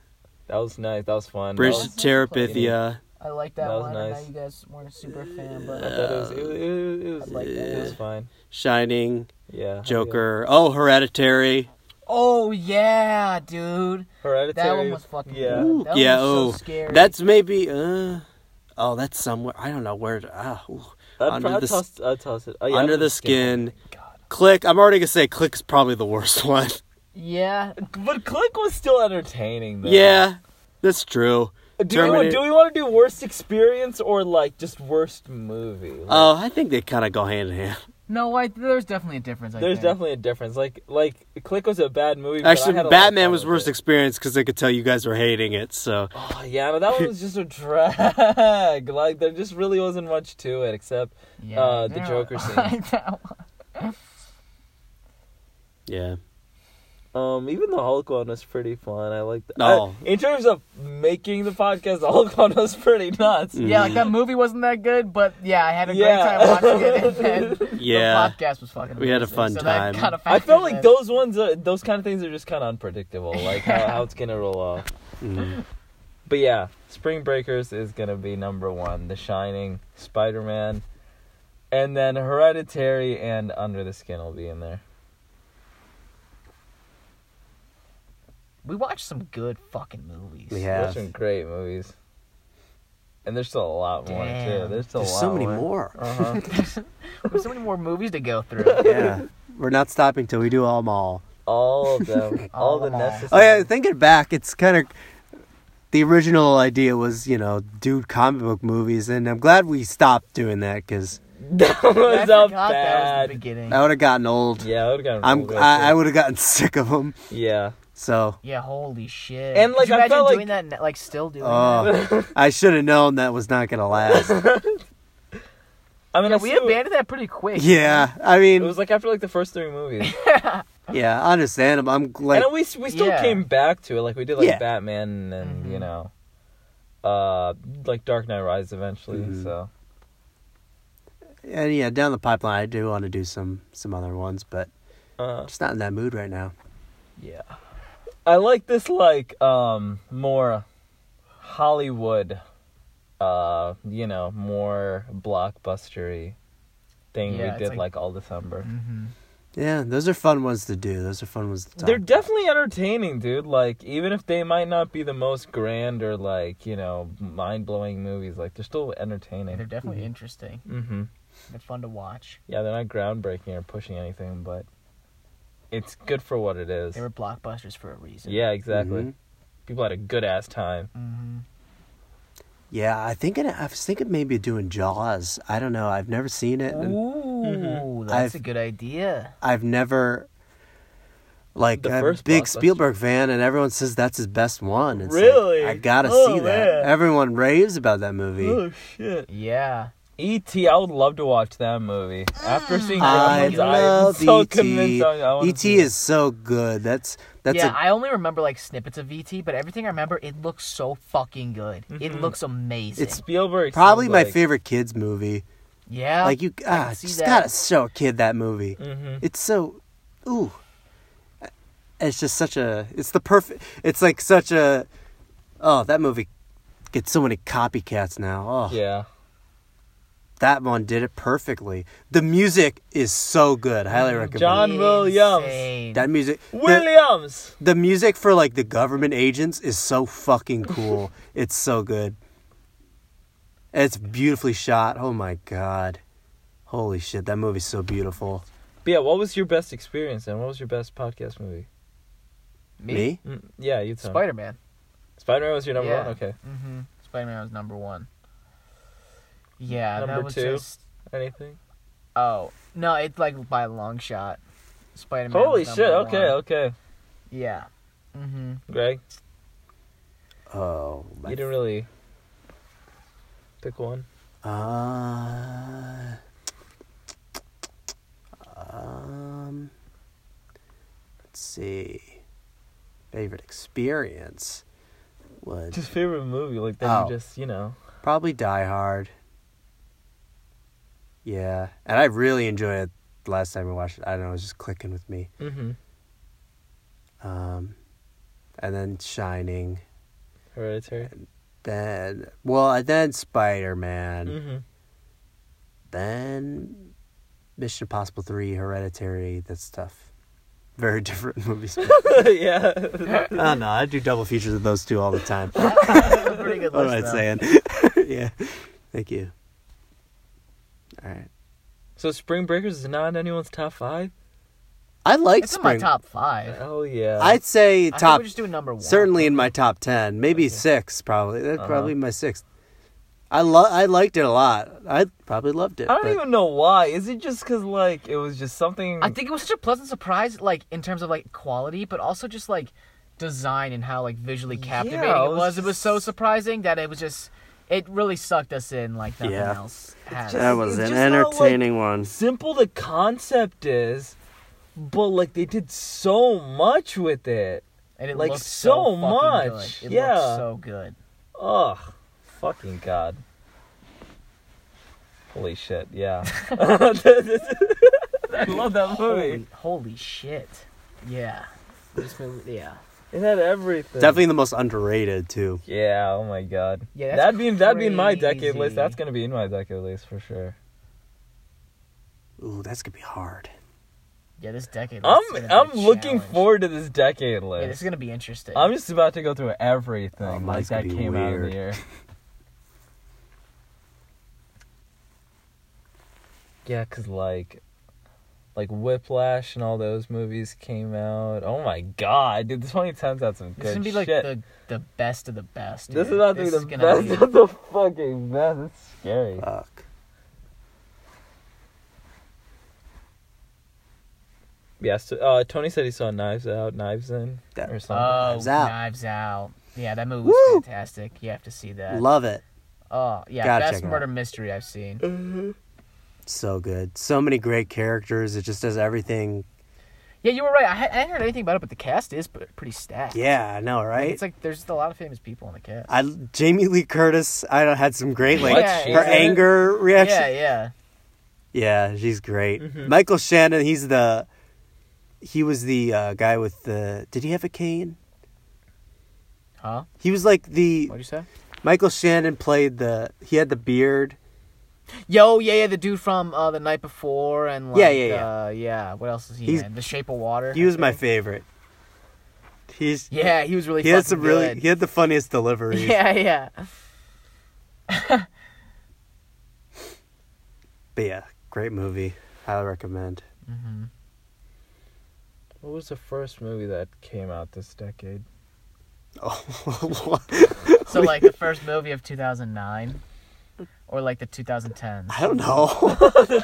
C: that was nice. That was fun.
B: Bridge
C: That
B: to
C: was-
B: Terabithia.
A: I like that,
C: That was
A: one. I
C: nice.
A: know you guys weren't a super fan, but
C: I thought it was. It, was- it, was-
A: I like that.
C: it was fine.
B: Shining,
C: Yeah.
B: Joker. Oh, Hereditary.
A: oh yeah, dude,
C: Hereditary.
A: that one was fucking
C: Yeah.
A: good. That one
B: Yeah,
A: was
B: ooh.
A: so scary.
B: That's maybe. Uh, oh, that's somewhere. I don't know where. To, ah, ooh.
C: I'd,
B: Under
C: pro- I'd
B: the s-
C: toss, I'd toss it. Oh, yeah,
B: Under the skin.
A: God.
B: Click. I'm already gonna say Click's probably the worst <laughs> one.
A: yeah.
C: But Click was still entertaining, though.
B: Yeah, that's true.
C: Do we, want-
B: Terminator-
C: do we want to do worst experience or like just worst movie? Like,
B: Oh, I think they kind of go hand in hand.
A: No, I, there's definitely a difference.
B: Uh,
A: I
C: there's
A: think.
C: definitely a difference. Like like Click was a bad movie. but I
B: Actually,
C: had a lot of
B: Batman
C: fun
B: was
C: with
B: worst
C: it.
B: experience because I could tell you guys were hating it. So
C: oh yeah, no, that one was just a <laughs> drag. Like there just really wasn't much to it except
A: Yeah,
C: uh, the
A: they're- <laughs>
C: Joker scene.
A: like that one.
B: yeah,
C: um even the Hulk one was pretty fun. I liked that.
B: Oh.
C: I- in terms of making the podcast, the Hulk one was pretty nuts.
B: Mm.
A: Yeah, like that movie wasn't that good, but yeah, I had a
C: Yeah.
A: great time watching it. And
C: <laughs>
A: then
B: yeah.
A: the podcast was fucking.
B: We had a
A: amazing,
B: fun
A: so
B: time.
A: that kinda
C: I
A: factors
C: felt like
A: in.
C: those ones, are, those kind of things are just kind of unpredictable, like how, how it's gonna roll off.
B: Mm.
C: But yeah, Spring Breakers is gonna be number one. The Shining, Spider Man, and then Hereditary and Under the Skin will be in there.
A: We watched some good fucking movies. <laughs>
B: We
C: Those
B: have.
C: are some great movies. And there's still a lot more too.
A: Damn.
C: There's still a
B: There's
C: lot
B: so many
C: more.
B: more.
C: Uh-huh.
A: There's so many more movies to go
C: <laughs>
A: through.
B: <laughs> Yeah, we're not stopping till we do all them all.
C: all
A: <laughs>
C: of them, all,
A: All
C: the
A: of them.
C: necessary.
B: Oh yeah, thinking back, it's kind of the original idea was you know do comic book movies, and I'm glad we stopped doing that because
C: <laughs> that
A: I
C: was
A: forgot that was
C: up
A: the
C: bad.
A: beginning.
B: that would have gotten old.
C: Yeah, I would have gotten.
B: I'm
C: real
B: I, I
C: good,
B: would have gotten <laughs> sick of them.
C: too. Yeah.
B: So
A: Yeah, holy shit.
C: And,
A: Could
C: like,
A: you
C: I
A: imagine
C: felt like-
A: doing that, and, like still doing that.
B: uh, I should have known that was not gonna <laughs> last.
C: I mean,
A: Yeah,
C: I
A: we
C: still-
A: abandoned that pretty quick.
B: Yeah, I mean,
C: It was like after like the first three movies.
B: yeah, I understand. I'm, I'm glad.
C: and we we still
A: Yeah.
C: came back to it, like we did like
B: Yeah.
C: Batman and
A: Mhm.
C: you know, uh, like Dark Knight Rises eventually.
A: Mm-hmm.
B: Mhm.
C: So
B: And yeah, down the pipeline, I do want to do some some other ones, but
C: uh,
B: I'm just not in that mood right now.
C: yeah, I like this like um more Hollywood, uh, you know, more blockbustery thing
A: Yeah,
C: we
A: it's
C: did like,
A: like-
C: all December.
A: Mm-hmm.
B: Yeah, those are fun ones to do. Those are fun ones to talk.
C: They're definitely entertaining, dude. Like even if they might not be the most grand or like you know mind blowing movies, like they're still
A: They're
C: entertaining.
A: definitely interesting.
C: Mm-hmm.
A: They're fun to watch.
C: Yeah, they're not groundbreaking or pushing anything, but it's good for what it is.
A: They were blockbusters for a reason.
C: Yeah, exactly.
B: Mhm.
C: People had a good ass time.
A: Mm-hmm.
B: Yeah, I think it, I was thinking maybe doing Jaws. I don't know. I've never seen it.
C: Oh.
B: and Mm-hmm.
A: Ooh,
C: Mhm.
A: that's
B: I've-
A: a good idea.
B: I've never like
C: The
B: I'm a
C: first
B: big
C: blockbuster.
B: Spielberg fan, and everyone says that's his best one. It's like,
C: Really?
B: I gotta
C: Oh,
B: see that.
C: man.
B: Everyone raves about that movie.
C: Oh, shit!
A: Yeah.
C: E.T. E I would love to watch that movie. After seeing
B: I
C: Gremlins, I'm
B: love E
C: so
B: ET.
C: convinced. I, I wanna
B: ET
C: see it.
B: is so good. That's that's
A: yeah,
B: a
A: I only remember like snippets of VT, but everything I remember, it looks so fucking good. It
C: Mhm.
A: looks amazing.
B: Mm-hmm. It's-
C: Spielberg.
B: probably
C: seems
B: my
C: like-
B: favorite kids movie.
A: yeah.
B: Like you, ah,
A: see
B: just
A: that.
B: gotta show a kid that movie.
C: Mhm.
B: It's so, ooh, it's just such a. It's the perfect. It's like such a. Oh, that movie gets so many copycats now. Oh,
C: Yeah.
B: that one did it perfectly. The music is so good. I highly recommend.
C: Mm-hmm. John-
B: it.
C: Williams.
A: Insane.
B: That music. The,
C: Williams.
B: the music for like the government agents is so fucking
C: <laughs>
B: cool. it's so good. And It's beautifully shot. Oh my god. Holy shit, that movie's so beautiful.
C: But yeah, what was your best experience and what was your best podcast movie?
B: Me?
C: Mm, yeah, you tell me.
A: Spider Man.
C: Spider Man was your number
A: Yeah.
C: one. Okay.
A: Mm-hmm. Spider Man was number one. Yeah,
C: Number
A: that was
C: two?
A: just
C: Anything?
A: oh no, it's like by a long shot. Spider Man.
C: Holy shit! Okay, okay.
A: Yeah. Mm-hmm.
C: Greg,
B: Oh,
C: you didn't really pick one.
B: Uh, um, let's see. Favorite experience would
C: <laughs> Just favorite movie, like
B: Oh.
C: that you just you know.
B: probably Die Hard. Yeah, and I really enjoyed it the last time we watched it. I don't know, it was just clicking with me.
C: Mm-hmm.
B: Um, and then Shining.
C: Hereditary.
B: Then, well, and then Spider Man.
C: Mm-hmm.
B: then Mission Impossible 3, Hereditary, that stuff. Very <laughs> different movies.
C: Mm-hmm. <laughs> yeah.
B: I don't know. Oh, I do double features of those two all
A: <laughs>
B: the time. what
A: That's a pretty good
B: am
A: list,
B: I
A: though.
B: saying? <laughs> yeah. Thank you. All right.
C: So Spring Breakers is not in anyone's top five.
B: I like
A: It's in my
B: Spring.
A: top five.
C: Oh yeah.
B: I'd say
A: I think
B: top,
A: we just do number one.
B: certainly in my top 10, maybe six, probably. That's
C: Uh-huh.
B: probably my sixth. I lo- I liked it a lot. I probably loved it.
C: I don't
B: but-
C: even know why. Is it just because like it was just something?
A: I think it was such a pleasant surprise, like in terms of like quality, but also just like design and how like visually captivating
C: Yeah,
A: it was. It was, so
C: just-
A: surprising that it was just it really sucked us in like nothing
B: Yeah.
A: else has.
C: just-
B: that was
C: it's
B: an
C: just not like-
B: entertaining one.
C: simple the concept is, but like they did so much with it.
A: and it
C: like,
A: looked
C: so
A: fucking
C: much.
A: Good. It
C: Yeah.
A: looked so good.
C: Ugh, fucking god. Holy shit! Yeah. <laughs> I love that movie.
A: Holy, holy shit! Yeah, this movie. Yeah,
C: It had everything.
B: Definitely the most underrated, too.
C: Yeah. Oh my god.
A: Yeah, that's
C: that'd be that'd be in my decade
A: crazy.
C: list. That's gonna be in my decade list for sure.
B: Ooh, that's going to be hard.
A: yeah. This decade.
C: I'm
A: list is gonna
C: I'm
A: be a
C: looking
A: challenge.
C: forward to this decade list.
A: Yeah, this is gonna be interesting.
C: I'm just about to go through everything
B: Oh,
C: like
B: mine's
C: that
B: gonna be
C: came out of the
B: weird. <laughs>
C: year. yeah, cause like, like Whiplash and all those movies came out. Oh my god, dude! This 2010s had some good
A: this is gonna be like
C: shit.
A: the the best of the best.
C: this is
A: dude.
C: about to be the
A: is gonna
C: best
A: be-
C: <laughs> of the fucking best. It's scary.
B: Fuck.
C: Yes. uh, Tony said he saw Knives Out, Knives In,
B: That-
C: or something.
A: Oh,
B: Knives Out.
A: Knives Out. Yeah, that movie was
B: Woo!
A: fantastic. You have to see that.
B: Love it.
A: oh, yeah,
B: Gotta check
A: best
B: it out.
A: murder mystery I've seen.
B: So good. So many great characters. It just does everything.
A: Yeah, you were right. I ha- I hadn't heard anything about it, but the cast is p- pretty stacked.
B: Yeah, I know, right?
A: It's like there's just a lot of famous people in the cast.
B: I Jamie Lee Curtis. I don't- had some great like
A: Yeah,
B: her
A: yeah.
B: anger reaction.
A: yeah,
B: Yeah,
A: yeah.
B: she's great.
A: Mm-hmm.
B: Michael Shannon. He's the he was the uh, guy with the. Did he have a cane?
A: Huh?
B: He was like the
A: What'd you say?
B: Michael Shannon played the. He had the beard.
A: Yo, yeah, yeah, the dude from uh, the night before and like,
B: Yeah, yeah, yeah.
A: Uh, yeah. What else is he
B: He's-
A: in? The Shape of Water.
B: He was my favorite. He's
A: yeah, he was really.
B: he had
A: fucking
B: some
A: good.
B: really he had the funniest delivery.
A: <laughs> Yeah, yeah.
B: But yeah, great movie. Highly recommend.
A: Mm-hmm.
C: What was the first movie that came out this <laughs> decade?
B: Oh, <laughs>
A: So like the first movie of 2009, or like the 2010s.
B: I don't <laughs> know.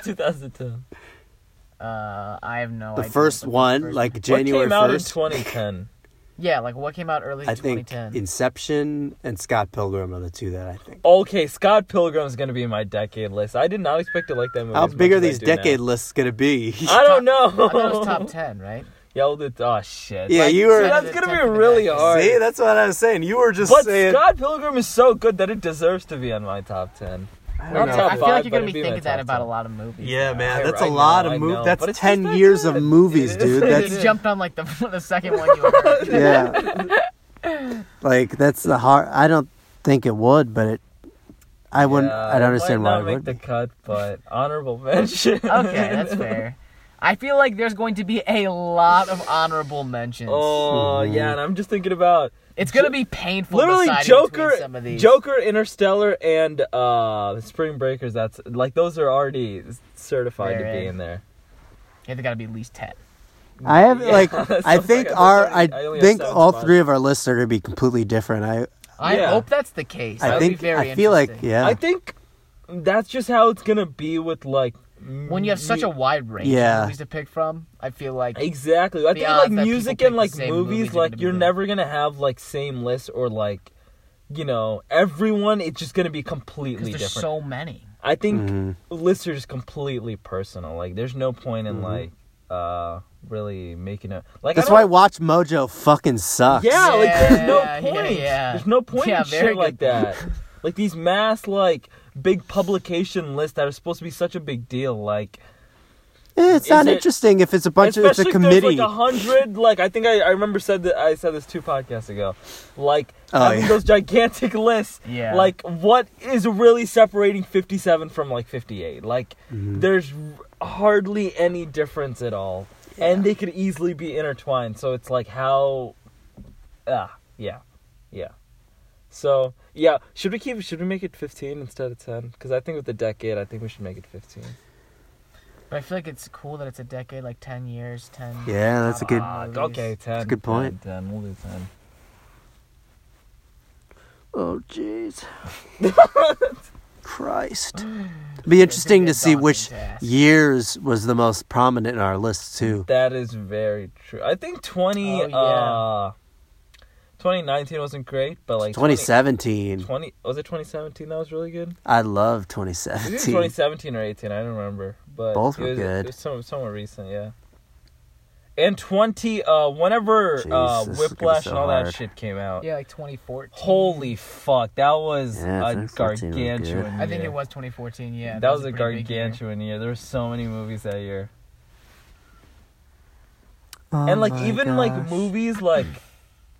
C: 2010.
A: Uh, I have no.
B: the
A: idea
B: first
A: what
B: one,
A: first-
B: like January
C: what came out in
B: first.
C: 2010?
A: Yeah, like what came out early
B: I think
A: 2010.
B: Inception and Scott Pilgrim are the two that I think.
C: okay, Scott Pilgrim's gonna be in my decade list. I did not expect to like that movie.
B: How
C: as much
B: big are
C: as I
B: these
C: do now.
B: decade lists gonna <laughs> be?
C: <laughs> I don't know.
A: I thought it was top 10, right?
C: Yelled it. Oh shit.
B: yeah,
A: like,
B: you were.
A: Ten
C: Dude, that's
A: of the
C: gonna
A: ten
C: be
A: for the
C: really
A: decade.
C: hard.
B: See, that's what I was saying. You were just
C: but
B: saying.
C: Scott Pilgrim is so good that it deserves to be on my top ten.
B: I
A: I
B: don't
C: Not
A: feel
B: know.
C: top five,
A: like you're
C: but
A: gonna
C: it'd
A: be
C: be my
A: thinking that
C: top
A: about a
C: 10.
A: lot of movies.
B: yeah, man,
C: I-
B: that's
C: I
B: a lot
C: know, I
B: of
C: know,
B: movies. That's
C: but it's just
B: ten
C: that
B: years
C: good.
B: of movies,
C: It is.
B: dude.
A: <laughs>
C: It
A: You
B: That's
C: is.
A: jumped on like the <laughs> the second one you
C: <laughs>
B: <laughs>
A: heard.
B: yeah. like that's the hard. I don't think it would, but it. I wouldn't.
C: Yeah,
B: I
C: Uh, it
B: don't understand
C: might
B: why
C: not
B: it
C: make
B: would.
C: the cut, but honorable mention.
A: okay, that's fair. I feel like there's going to be a lot of honorable mentions.
C: Oh yeah, and I'm just thinking about
A: it's gonna be painful.
C: literally
A: deciding
C: Joker,
A: between Some of these.
C: Joker, Interstellar, and uh, Spring Breakers. That's like those are already certified
A: They're
C: to be
A: in.
C: in there.
A: Yeah, they gotta be at least ten.
B: I have
C: Yeah,
B: like
C: <laughs> that's
B: I
C: what
B: think
C: I- that's
B: our
C: already- I
B: I
C: only have
B: think
C: seven
B: all
C: spots.
B: three of our lists are gonna be completely different. I
A: I
C: Yeah.
A: hope that's the case.
B: I
A: That'd
B: think
A: be very
B: I feel like
A: interesting.
B: yeah.
C: I think that's just how it's gonna be with like
A: when you have such a wide range
B: Yeah.
A: of movies to pick from, I feel like
C: exactly. I
A: The
C: think
A: odds
C: like
A: that people
C: music
A: pick
C: and
A: the
C: like
A: same
C: movies,
A: movies are
C: like
A: gonna be
C: you're
A: good.
C: never gonna have like same lists or like you know everyone. It's just gonna be completely
A: because
C: different.
A: there's so many.
C: I think
B: Mhm.
C: lists are just completely personal. Like there's no point in like uh really making a like. I
B: That's
C: don't-
B: why Watch Mojo fucking sucks.
C: <laughs> Yeah, like there's no
A: Yeah, yeah,
C: point.
A: yeah.
C: There's no point
A: Yeah,
C: in
A: very
C: shit like
A: good
C: that. like these mass like big publication lists that are supposed to be such a big deal. Like
B: Eh, it's
C: Is
B: not
C: it-
B: interesting if it's a bunch of it's
C: especially
B: a
C: if there's
B: committee.
C: like a hundred. Like I think I, I remember said that I said this two podcasts ago. Like
B: Oh,
C: having
B: yeah.
C: those gigantic lists.
A: Yeah.
C: Like what is really separating 57 from like 58? Like there's r- hardly any difference at all, and they could easily be intertwined. So it's like how, ah, yeah, yeah. So yeah, should we keep? Should we make it 15 instead of 10? Because I think with the decade, I think we should make it 15.
A: But I feel like it's cool that it's a decade, like ten years, ten.
B: Yeah, that's a
A: top
B: good-
C: Ah,
A: movies.
C: okay, 10.
B: a good point.
C: 10, 10, we'll do 10.
B: oh jeez.
C: <laughs>
B: Christ. Be interesting to
A: get
B: see
A: daunting
B: which
A: task.
B: years was the most prominent in our list too.
C: That is very true. I think 20
A: Oh, yeah.
C: uh 2019 wasn't great, but like 20
B: 2017.
C: 20 was it 2017 that was really good?
B: I love
C: It was
B: 2017.
C: 2017 or 18, I don't remember, but
B: Both
C: it
B: were
C: was,
B: good.
C: It was some, somewhat recent, yeah. And 20 uh whenever uh
B: Jeez, this is gonna be
C: Whiplash
B: so
C: and all that
B: hard.
C: shit came out.
A: Yeah, like 2014.
C: Holy fuck, that was
B: Yeah,
C: a
B: 2014 was good.
C: gargantuan
A: I think
C: year.
A: it was 2014. Yeah,
C: that, was a
A: pretty big year.
C: gargantuan year. There were so many movies that year.
B: Oh
C: and like
B: my
C: even like
B: gosh.
C: movies like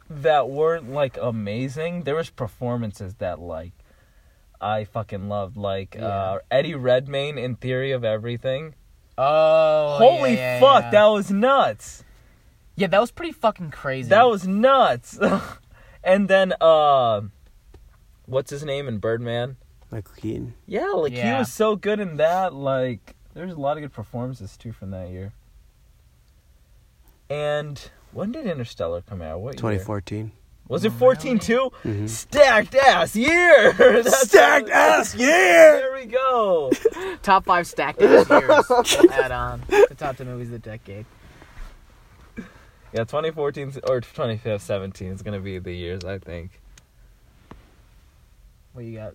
C: that weren't like amazing there was performances that like i fucking loved like uh eddie redmayne in theory of everything
A: Oh,
C: holy
A: yeah, yeah,
C: fuck
A: yeah.
C: that was nuts
A: yeah, that was pretty fucking crazy.
C: that was nuts <laughs> and then uh what's his name in birdman
B: Michael Keaton.
C: yeah like he
A: Yeah.
C: was so good in that like there's a lot of good performances too from that year and when did interstellar come out what year?
B: 2014.
C: Was it 14 too?
B: Mhm.
C: Stacked ass year. <laughs> That's-
B: Stacked ass year.
C: There we go.
A: top five stacked years.
C: <laughs>
A: add on the top 10 movies of the decade.
C: Yeah, 2014 or 2017 is gonna be the years I think.
A: Well, you got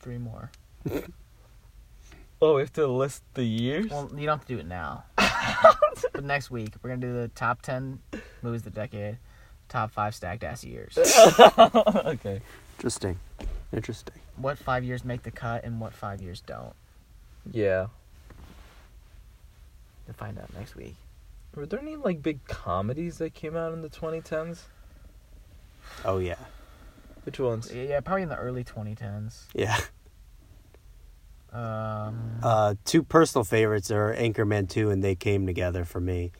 A: three more.
C: Oh, we have to list the years.
A: Well, you don't have to do it now. but next week, we're going to do the top 10 movies of the decade, top five stacked ass
C: <laughs>
A: years.
C: <laughs> okay.
B: Interesting. Interesting.
A: what five years make the cut and what five years don't.
C: Yeah.
A: We'll find out next week.
C: Were there any like big comedies that came out in the 2010s?
B: Oh yeah.
C: Which ones?
A: Yeah, yeah, probably in the early 2010s.
B: Yeah.
A: Um,
B: Uh, two personal favorites are Anchorman 2 and They Came Together for me.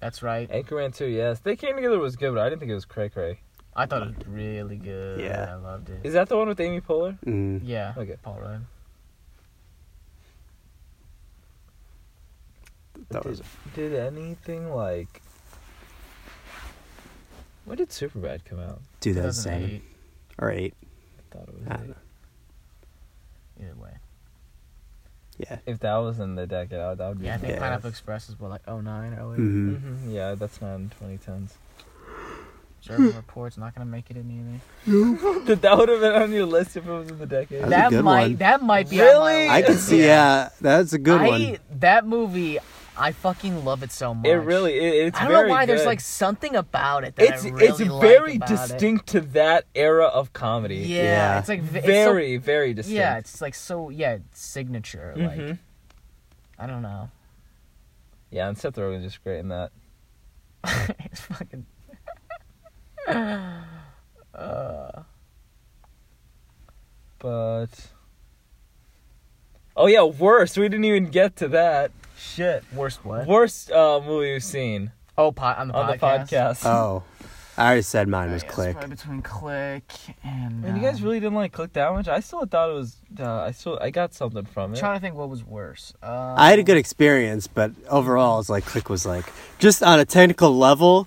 A: that's right.
C: Anchorman 2, yes. They came together was good, but I didn't think it was cray cray.
A: I thought it was really good.
B: Yeah.
A: I loved it.
C: Is that the one with Amy Poehler?
B: Mm.
A: yeah.
C: Okay.
A: Paul Rudd.
B: That was
C: Did anything like When did Superbad come out?
B: 2007
A: 2008,
B: or 8.
C: I thought it
B: I
C: was.
B: don't
C: eight.
B: know.
A: Either way.
B: Yeah.
C: If that was in the decade, that would- that would be.
A: Yeah, I think
B: Yeah.
A: Pineapple Express is what, like 09 or 08.
B: hmm
C: hmm Yeah, that's not in 2010s.
A: German Report's not going to make it in either.
C: <laughs> that that would have been on your list if it was in the decade.
B: That's a
A: that
B: good
A: might
B: one.
A: that might be
C: Really?
A: on my
B: I can
A: list.
B: see. Yeah, that's a good
A: I,
B: one.
A: That movie, I fucking love it so much.
C: it really, it, it's
A: I don't
C: very
A: know why. There's
C: good.
A: like something about it that
C: it's
A: I really
C: it's
A: like
C: very
A: about it.
C: distinct to that era of comedy.
A: Yeah,
B: Yeah.
A: it's like v- it's so-
C: very, very distinct.
A: yeah, it's like so. Yeah, it's Mm-hmm. signature. Like
C: Mhm.
A: I don't know. <laughs>
C: yeah, and Seth Rogen's just great in that.
A: it's fucking.
C: But oh yeah, worst. We didn't even get to that. Shit.
A: Worst what?
C: Worst uh, movie we've seen
A: oh, pot on the
C: on the
A: podcast.
C: podcast.
B: Oh, I already said mine was
A: Yeah, it's
B: Click.
A: probably between click and.
C: Man, you guys
A: um,
C: really didn't like click that much. I still thought it was. Uh, I still I got something from
A: I'm
C: it.
A: trying to think what was worse. Um,
B: I had a good experience, but overall, it's like Click was like just on a technical level,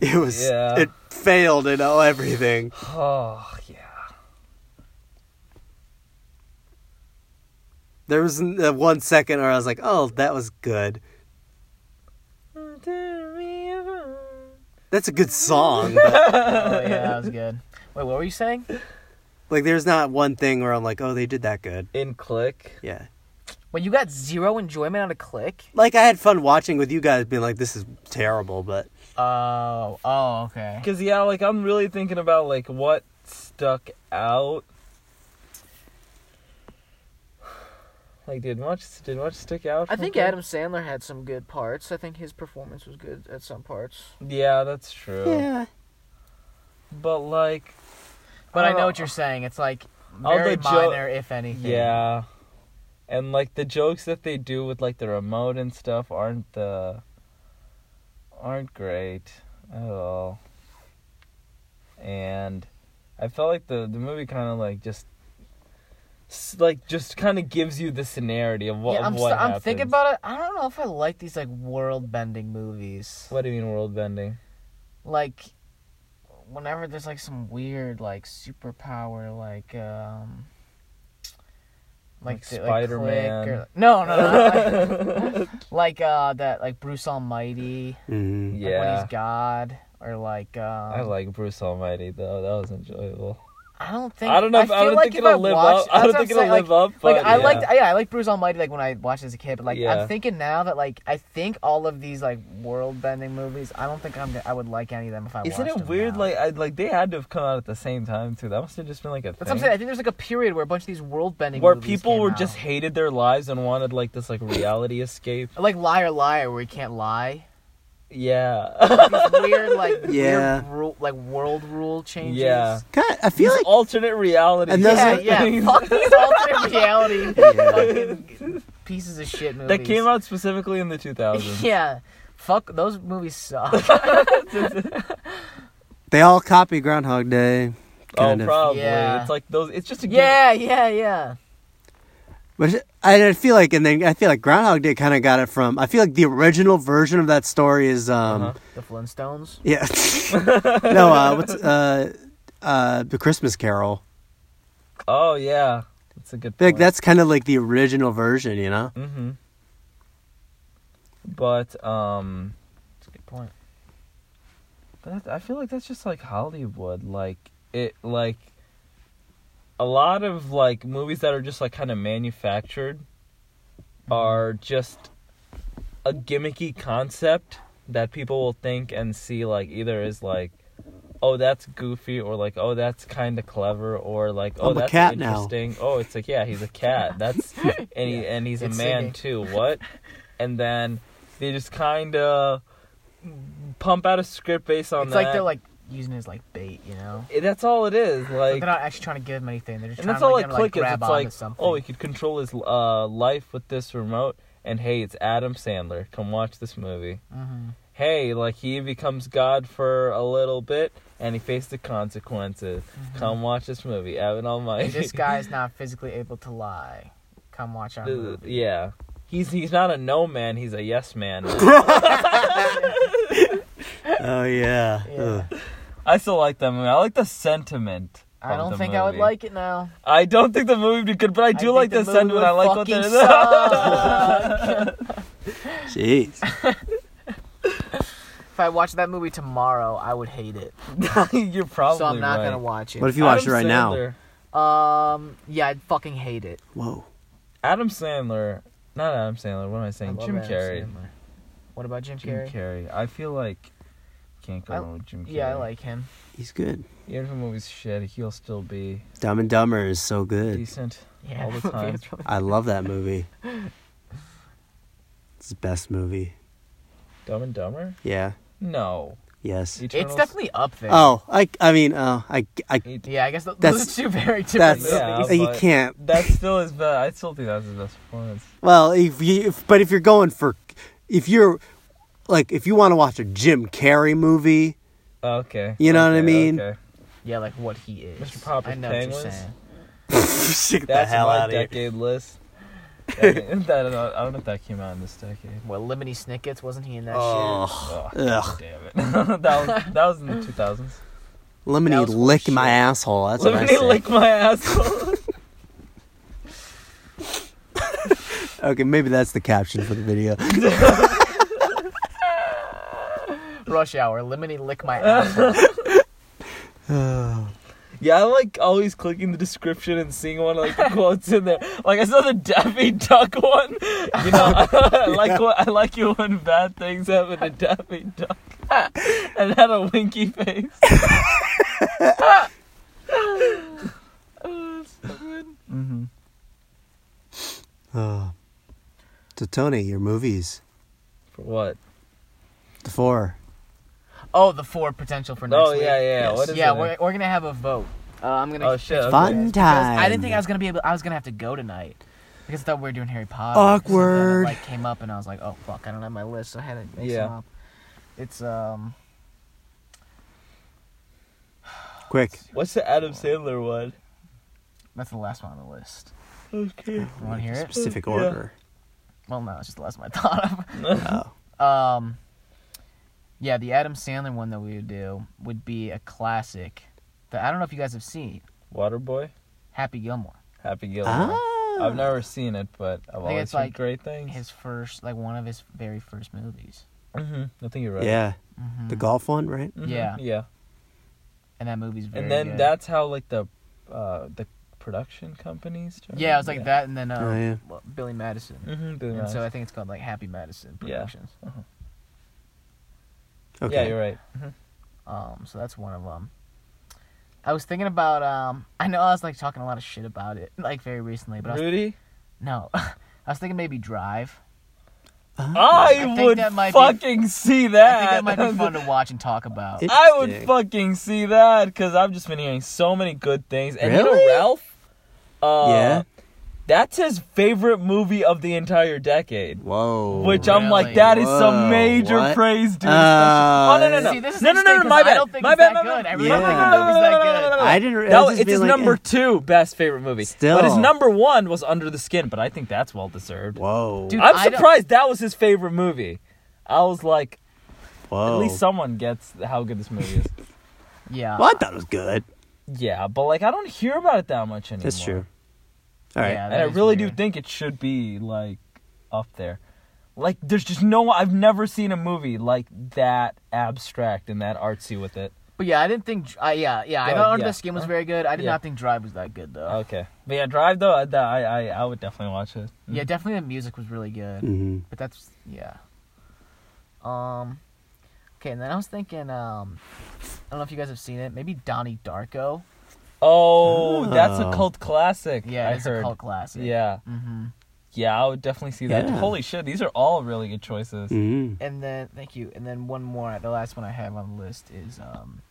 B: it was
C: Yeah.
B: it failed in all everything.
C: Oh yeah.
B: There was n- uh, one second where I was like, "Oh, that was good. That's a good song." But,
A: Oh yeah, that was good. Wait, what were you saying?
B: like, there's not one thing where I'm like, "Oh, they did that good."
C: In click.
B: Yeah.
A: When you got zero enjoyment out of click?
B: Like, I had fun watching with you guys, being like, "This is terrible," but
A: Oh, oh, okay.
C: Cause yeah, like I'm really thinking about like what stuck out. <sighs> Like did much did much stick out?
A: I
C: from
A: think
C: Click?
A: Adam Sandler had some good parts. I think his performance was good at some parts.
C: Yeah, that's true.
B: yeah.
C: But like,
A: But I know
C: Oh.
A: what you're saying. It's like
C: All
A: very
C: the jo-
A: minor, if anything.
C: yeah, and like the jokes that they do with like the remote and stuff aren't the aren't great at all. And I felt like the the movie kind of like just s- like just kind of gives you the scenario of what
A: Yeah, I'm,
C: of
A: st-
C: what
A: I'm thinking
C: happens.
A: about it. I don't know if I like these like world bending movies.
C: What do you mean world <laughs> bending?
A: Like, whenever there's like some weird like superpower, like um,
C: Like
A: the-
C: Spider-Man.
A: Click or- no, no,
C: <laughs>
A: no. not like, like uh, that like Bruce Almighty.
B: hmm
A: Like when
C: Yeah,
A: he's God, or like um,
C: I like Bruce Almighty though. That was enjoyable.
A: I don't think.
C: I don't know. If, I,
A: feel
C: don't
A: like if
C: think it'll live
A: watched-
C: up. I
A: that's
C: don't
A: what I'm
C: think it'll
A: saying,
C: live
A: like,
C: up.
A: Like
C: but
A: I
C: yeah.
A: liked, yeah, I like Bruce Almighty. Like when I watched as a kid, but like
C: Yeah.
A: I'm thinking now that like I think all of these like world bending movies, I don't think I'm gonna, I would like any of them if I.
C: Isn't
A: watched
C: it
A: them
C: weird?
A: now.
C: Like, I, like they had to have come out at the same time too. That must have just been like a
A: that's what I'm
C: thing.
A: saying. I think there's like a period where a bunch of these world bending
C: Where
A: movies
C: people
A: came
C: were
A: out.
C: just hated their lives and wanted like this like reality escape.
A: <laughs> like liar liar where you can't lie.
C: Yeah, <laughs>
A: These weird like
B: Yeah.
A: weird rule, like world rule changes.
C: yeah.
B: God, I feel like
C: alternate reality.
B: And those
A: Yeah,
B: are-
A: yeah.
C: <laughs>
A: Fuck these alternate reality fucking pieces of shit movies.
C: that came out specifically in
B: <laughs>
C: the
A: <laughs>
C: 2000s.
A: Yeah. Fuck those movies
C: <laughs>
A: suck.
B: they all copy Groundhog Day.
C: oh,
B: Kind of.
C: probably.
A: Yeah.
C: It's like those. It's just a
A: yeah, yeah, yeah.
B: Which I I feel like, and then I feel like Groundhog Day kind of got it from. I feel like the original version of that story is, um,
C: Uh-huh.
A: The Flintstones.
C: <laughs>
B: yeah, <laughs> no, uh, what's uh, uh, the Christmas Carol?
C: Good, oh yeah, that's a good.
B: I feel
C: Point.
B: like that's kind of like the original version, you know?
C: Mm-hmm. But um,
A: That's a good point.
C: But that, I feel like that's just like Hollywood. Like it, like a lot of like movies that are just like kind of manufactured
A: Mm-hmm.
C: are just a gimmicky concept that people will think and see like either is like, oh that's goofy or like oh that's kind of clever or like oh
B: I'm a
C: that's
B: cat now.
C: interesting. Oh, it's like yeah, he's a
A: <laughs>
C: cat. That's and he and he's a
A: It's
C: man
A: singing.
C: too. What? And then they just kind of pump out a script based on
A: it's
C: that.
A: like they're like using it as like bait, you know?
C: Eh, that's all it is.
A: Like,
C: Like,
A: they're not actually trying to give him anything. They're just
C: and
A: trying
C: that's
A: to
C: all
A: like,
C: like
A: get him, like
C: click is.
A: grab
C: It's
A: onto
C: like,
A: something.
C: oh, he could control his uh, life with this remote. And hey, it's Adam Sandler. Come watch this movie.
A: hmm
C: Hey, like he becomes God for a little bit, and he faced the consequences.
A: Mm-hmm.
C: Come watch this movie, Evan Almighty.
A: This
C: <laughs>
A: guy's not physically able to lie. Come watch our
C: Uh,
A: movie.
C: yeah. He's he's not a no man, he's a yes man.
B: Oh yeah.
A: Yeah.
B: Ugh.
C: I still like that movie. I like the sentiment.
A: I
C: of
A: don't
C: the
A: think I would
C: movie.
A: like it now.
C: I don't think the movie would be good, but I do
A: think
C: like the,
A: movie
C: sentiment.
A: would
C: I like what
A: fucking
C: they're <laughs>
A: suck.
B: Jeez.
A: If I watched that movie tomorrow, I would hate it.
C: <laughs> You're probably
A: so I'm not
C: right.
A: gonna watch it.
B: What if you watch it right now?
C: Sandler-
A: Um, yeah, I'd fucking hate it.
B: Whoa.
C: Adam Sandler, not Adam Sandler. What am I
A: I
C: saying?
A: love
C: Jim
A: Adam
C: Carrey.
A: Sandler. What about Jim,
C: Jim
A: Carrey?
C: Carrey. I feel like can't go
A: I-
C: wrong with Jim Carrey.
A: Yeah, I like him.
B: He's good.
C: Even if a movie's shit, he'll still be
B: Dumb and Dumber is so good.
C: decent.
A: Yeah,
C: All
A: <laughs>
C: the time.
B: I love that
C: <laughs>
B: movie. It's the best movie.
C: Dumb and Dumber.
B: Yeah.
C: No.
B: Yes.
A: It's
C: Eternals?
A: definitely up there.
B: Oh, I I mean, oh, I I
C: It-
A: Yeah, I guess th-
B: That's-
A: those are two very different
B: that's
A: movies.
C: Yeah,
B: you
C: but-
B: can't
C: That still is bad. I still think that's his best performance.
B: Well, if you, if, but if you're going for, if you're, like, if you want to watch a Jim Carrey movie, <laughs>
C: Okay.
B: You know what I
C: okay,
B: mean?
C: Okay.
A: Yeah, like what he is.
C: Mr. Popper's
A: I know what you're
C: Penguins?
A: saying.
B: shit the
C: That's
B: hell
C: my
B: out of here. <laughs>
C: decade list. That- that- I don't know- I don't know if that came out in this decade.
A: Well, Lemony Snickets wasn't he in that
B: Oh,
C: Oh,
B: ugh.
C: damn it. <laughs> that, was, that was in the 2000s.
B: Lemony
A: That was
B: lick
A: horseshit.
B: my asshole. That's
C: Let
B: what I
C: me
B: say.
C: lick my asshole.
B: Okay, maybe that's the caption for the video. <sighs>
A: Rush hour. Lemony lick my
C: <laughs>
A: ass.
C: Yeah, I like always clicking the description and seeing one of like
A: <laughs>
C: the quotes in there. Like I saw the Daffy Duck one. You
A: <laughs>
C: know, <laughs> I like what I like you when bad things happen to Daffy Duck, <laughs> and had a winky face. <laughs> oh, that's so good. Mm-hmm.
B: Oh. So Tony, your movies,
C: For what?
B: the four.
A: oh, the four potential for next
C: Oh,
A: week.
C: yeah, yeah,
A: Yes.
C: what is
A: yeah,
C: it?
A: we're we're gonna have a vote. Uh, I'm gonna.
C: Oh shit! okay.
B: Fun time.
A: I didn't think I was gonna be able. I was gonna have to go tonight because I thought we were doing Harry Potter. So then
B: Awkward.
A: it, like came up and I was like, oh fuck, I don't have my list. So I had to make
C: Yeah.
A: some up. It's um.
B: Quick.
C: What's the Adam Sandler one?
A: That's the last one on the list.
C: Okay.
A: You want to hear it?
B: Specific
C: Yeah. <laughs>
B: order.
A: Well, no, it's just the last one I thought
B: Oh.
A: of. <laughs> Um, yeah, the Adam Sandler one that we would do would be a classic. That I don't know if you guys have seen
C: Waterboy,
A: Happy Gilmore.
C: Happy Gilmore.
B: Ah.
C: I've never seen it, but
A: I
C: I've
A: think
C: always
A: it's
C: heard
A: like
C: great things.
A: His first, like one of his very first movies.
C: hmm I think you're right.
B: Yeah.
A: Mhm.
B: The golf one, right?
C: Mhm,
A: Yeah.
C: Yeah.
A: And that movie's very.
C: and then
A: good.
C: that's how like the uh the production companies started.
A: Yeah, it was like that, and then uh,
B: Oh, yeah.
A: well, Billy Madison.
C: mm-hmm
A: And so I think it's called like Happy Madison
C: Yeah.
A: Productions.
B: Okay.
C: yeah you're right
A: Um, so that's one of them. I was thinking about um, <laughs> I know I was like talking a lot of shit about it like very recently, but I was,
C: rudy
A: no, <laughs> I was thinking maybe Drive.
C: i,
A: think
C: would
A: that might be-
C: fucking see
A: I
C: that
A: think that might be
C: <laughs>
A: fun to watch and talk about.
B: It-
C: I would
B: Interesting.
C: fucking see that because i've just been hearing so many good things and you
B: Really?
C: know ralph uh,
B: Yeah.
C: that's his favorite movie of the entire decade
B: Whoa.
C: Uh, Which I'm
A: Really?
C: like, that is some
B: Whoa,
C: major
B: what?
C: praise, dude.
B: Uh,
C: oh no no no
A: See, this is
C: no no no no!
A: interesting 'cause
C: My
A: I
C: bad,
A: don't think
C: my
A: it's
C: bad,
A: that
C: my bad.
A: good. I
B: really don't think the
A: movie's that good.
B: I didn't. <laughs> I
C: No,
B: was just
C: it's
B: being
C: his
B: like,
C: number
B: eh.
C: two best favorite movie.
B: Still.
C: but his number one was Under the Skin. But I think that's well deserved.
B: Whoa.
A: Dude, I
C: I'm
A: don't-
C: surprised that was his favorite movie. I was like,
B: Whoa.
C: at least someone gets how good this movie
B: <laughs>
C: is.
A: Yeah.
B: Well, I thought it was good.
C: yeah, but like I don't hear about it that much anymore.
B: That's true. All right.
A: Yeah,
C: and I
A: that is
C: really do
A: weird.
C: think it should be like up there. Like there's just no I've never seen a movie like that abstract and that artsy with it.
A: But yeah, I didn't think. Uh, yeah, yeah. I
C: Good,
A: know Under
C: yeah.
A: the Skin was very good. I did
C: Yeah. Uh,
A: not think Drive was that good though.
C: Okay, but yeah, Drive though I I I, I would definitely watch it.
A: Yeah, definitely the music was really good.
B: Mm-hmm.
A: But that's yeah. Um Okay, and then I was thinking, um I don't know if you guys have seen it, maybe Donnie Darko.
C: Oh, that's a
B: Oh.
C: cult classic.
A: Yeah,
C: I
A: it's
C: heard.
A: a cult classic.
C: Yeah.
A: hmm
C: Yeah, I would definitely see that.
B: Yeah.
C: Holy shit, these are all really good choices.
B: Mm-hmm.
A: And then thank you. And then one more the last one I have on the list is um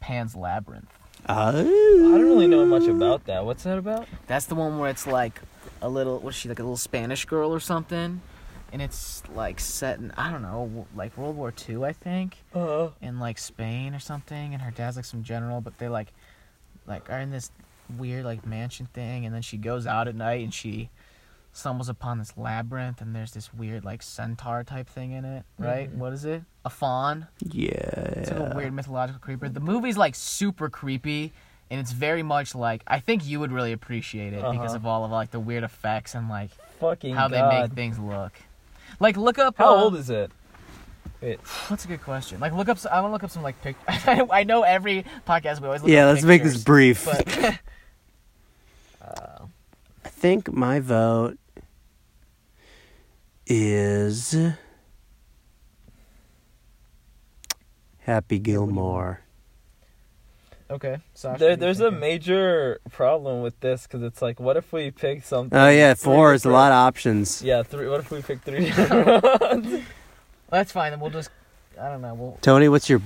A: Pan's Labyrinth.
B: Oh.
C: I don't really know much about that. What's that about?
A: That's the one where it's like a little what's she like a little Spanish girl or something? And it's like set in I don't know, like World War II, I think.
C: Uh,
A: in like Spain or something, and her dad's like some general, but they like like are in this weird like mansion thing, and then she goes out at night and she stumbles upon this labyrinth, and there's this weird like centaur type thing in it, right?
C: Mm-hmm.
A: What is it? A fawn. It's like
B: Oh. Yeah.
A: a weird mythological creeper. The movie's like super creepy. And it's very much like I think you would really appreciate it because
C: Uh-huh.
A: of all of like the weird effects and like
C: fucking
A: how they
C: God.
A: make things look. Like look up
C: How
A: uh,
C: old is it? Wait,
A: That's a good question. Like, look up. s- I want to look up some like pic. <laughs> I, I know every podcast we always look
B: Yeah.
A: up
B: Let's make this
A: pictures,
B: brief. <laughs>
A: But
B: I think my vote is Happy Gilmore.
A: okay, Sasha, what
C: there,
A: do you
C: there's a
A: think?
C: major problem with this because it's like, what if we pick something?
B: Oh yeah, four is a
C: different-
B: lot of options.
C: Yeah, three. What if we pick three? different <laughs> ones?
A: That's fine. Then we'll just. I don't know.
B: Tony, what's your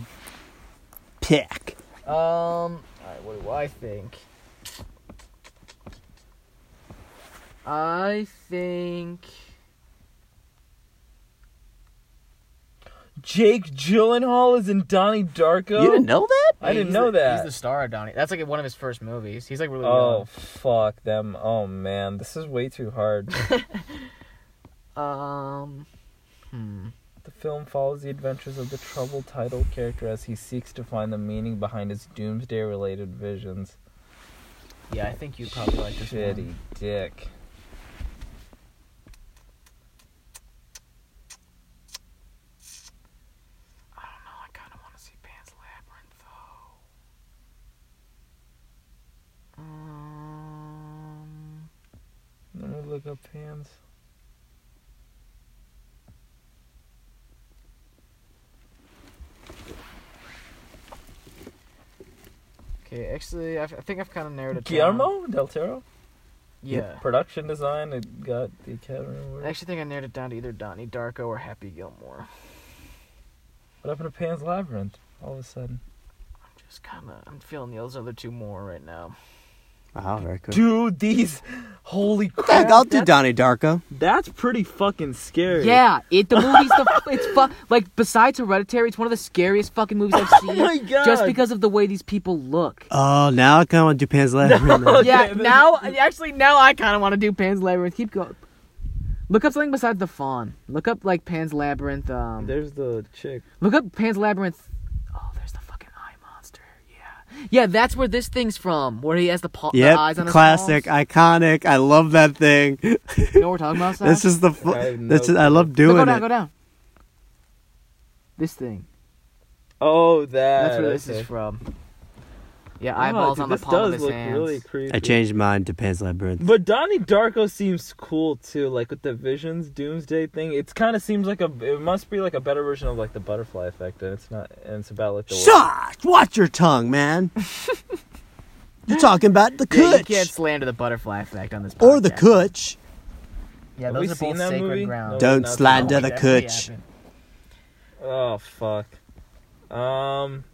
B: pick?
A: We'll. Um. All right. What do I think? I think.
C: Jake Gyllenhaal is in Donnie Darko.
B: You didn't know that?
C: I didn't
A: He's
C: know
A: the-
C: that.
A: He's the star of Donnie. That's like one of his first movies. He's like really.
C: oh fuck them. Oh man, this is way too hard.
A: Known. Um. Hmm.
C: The film follows the adventures of the troubled title character as he seeks to find the meaning behind his doomsday related visions.
A: Yeah, I think you probably like this
C: Shitty
A: one.
C: dick.
A: Um,
C: look up hands.
A: Okay, actually, I've, I think I've kind of narrowed it down.
C: Guillermo del Toro.
A: Yeah.
C: Production design. It got the Academy Award.
A: I actually think I narrowed it down to either Donnie Darko or Happy Gilmore.
C: What happened to Pan's Labyrinth? All of a sudden.
A: I'm just kind of, I'm feeling those other two more right now.
B: Wow, very cool.
C: Dude, these.
A: <laughs>
C: Holy crap.
B: Dang, I'll do
C: that's-
B: Donnie Darko.
C: That's pretty fucking scary.
A: Yeah, it the movie's the it's fu- like besides Hereditary, it's one of the scariest fucking movies I've
C: <laughs>
A: seen.
C: Oh my God.
A: Just because of the way these people look.
B: Oh, now I kind of want to do Pan's <laughs> Labyrinth.
C: Okay,
A: yeah,
C: this-
A: now actually now I kind of want to do Pan's Labyrinth. Keep going. Look up something besides the fawn. Look up like Pan's Labyrinth. Um,
C: There's the chick.
A: look up Pan's Labyrinth. Oh, there's the fucking eye monster. Yeah, yeah, that's where this thing's from. Where he has the, paw- the
B: Yep,
A: eyes on his
B: classic,
A: palms.
B: iconic. I love that thing. <laughs>
A: You know what we're talking about? Sal?
B: this is the. Fl-
C: I have no
B: this is, I love
A: No,
B: doing
A: go down,
B: it.
A: go down. This thing.
C: Oh,
B: Uh,
C: that.
A: That's where this is
C: okay.
A: from. Yeah,
C: Oh,
A: eyeballs
C: dude,
A: on the
C: this
A: palm of
C: does
A: his
C: look
A: hands.
C: really creepy.
B: I changed mine to Pan's Labyrinth.
C: But Donnie Darko seems cool too, like with the visions, doomsday thing. It's kind of seems like a, it must be like a better version of like the butterfly effect, and it's not, and it's about like the.
B: Shot! Watch your tongue, man.
A: <laughs>
B: You're talking about the
A: Yeah, you
B: kutch
A: can't Oh, slander the butterfly effect on this. Podcast.
B: or the kutch.
A: Yeah,
C: Have
A: those
C: we
A: are
C: seen
A: both
C: that
A: sacred
C: movie?
A: ground.
C: No.
B: Don't
C: that's
B: slander
A: Oh,
B: the
A: that's what
B: kutch.
A: happened.
C: Oh fuck. Um,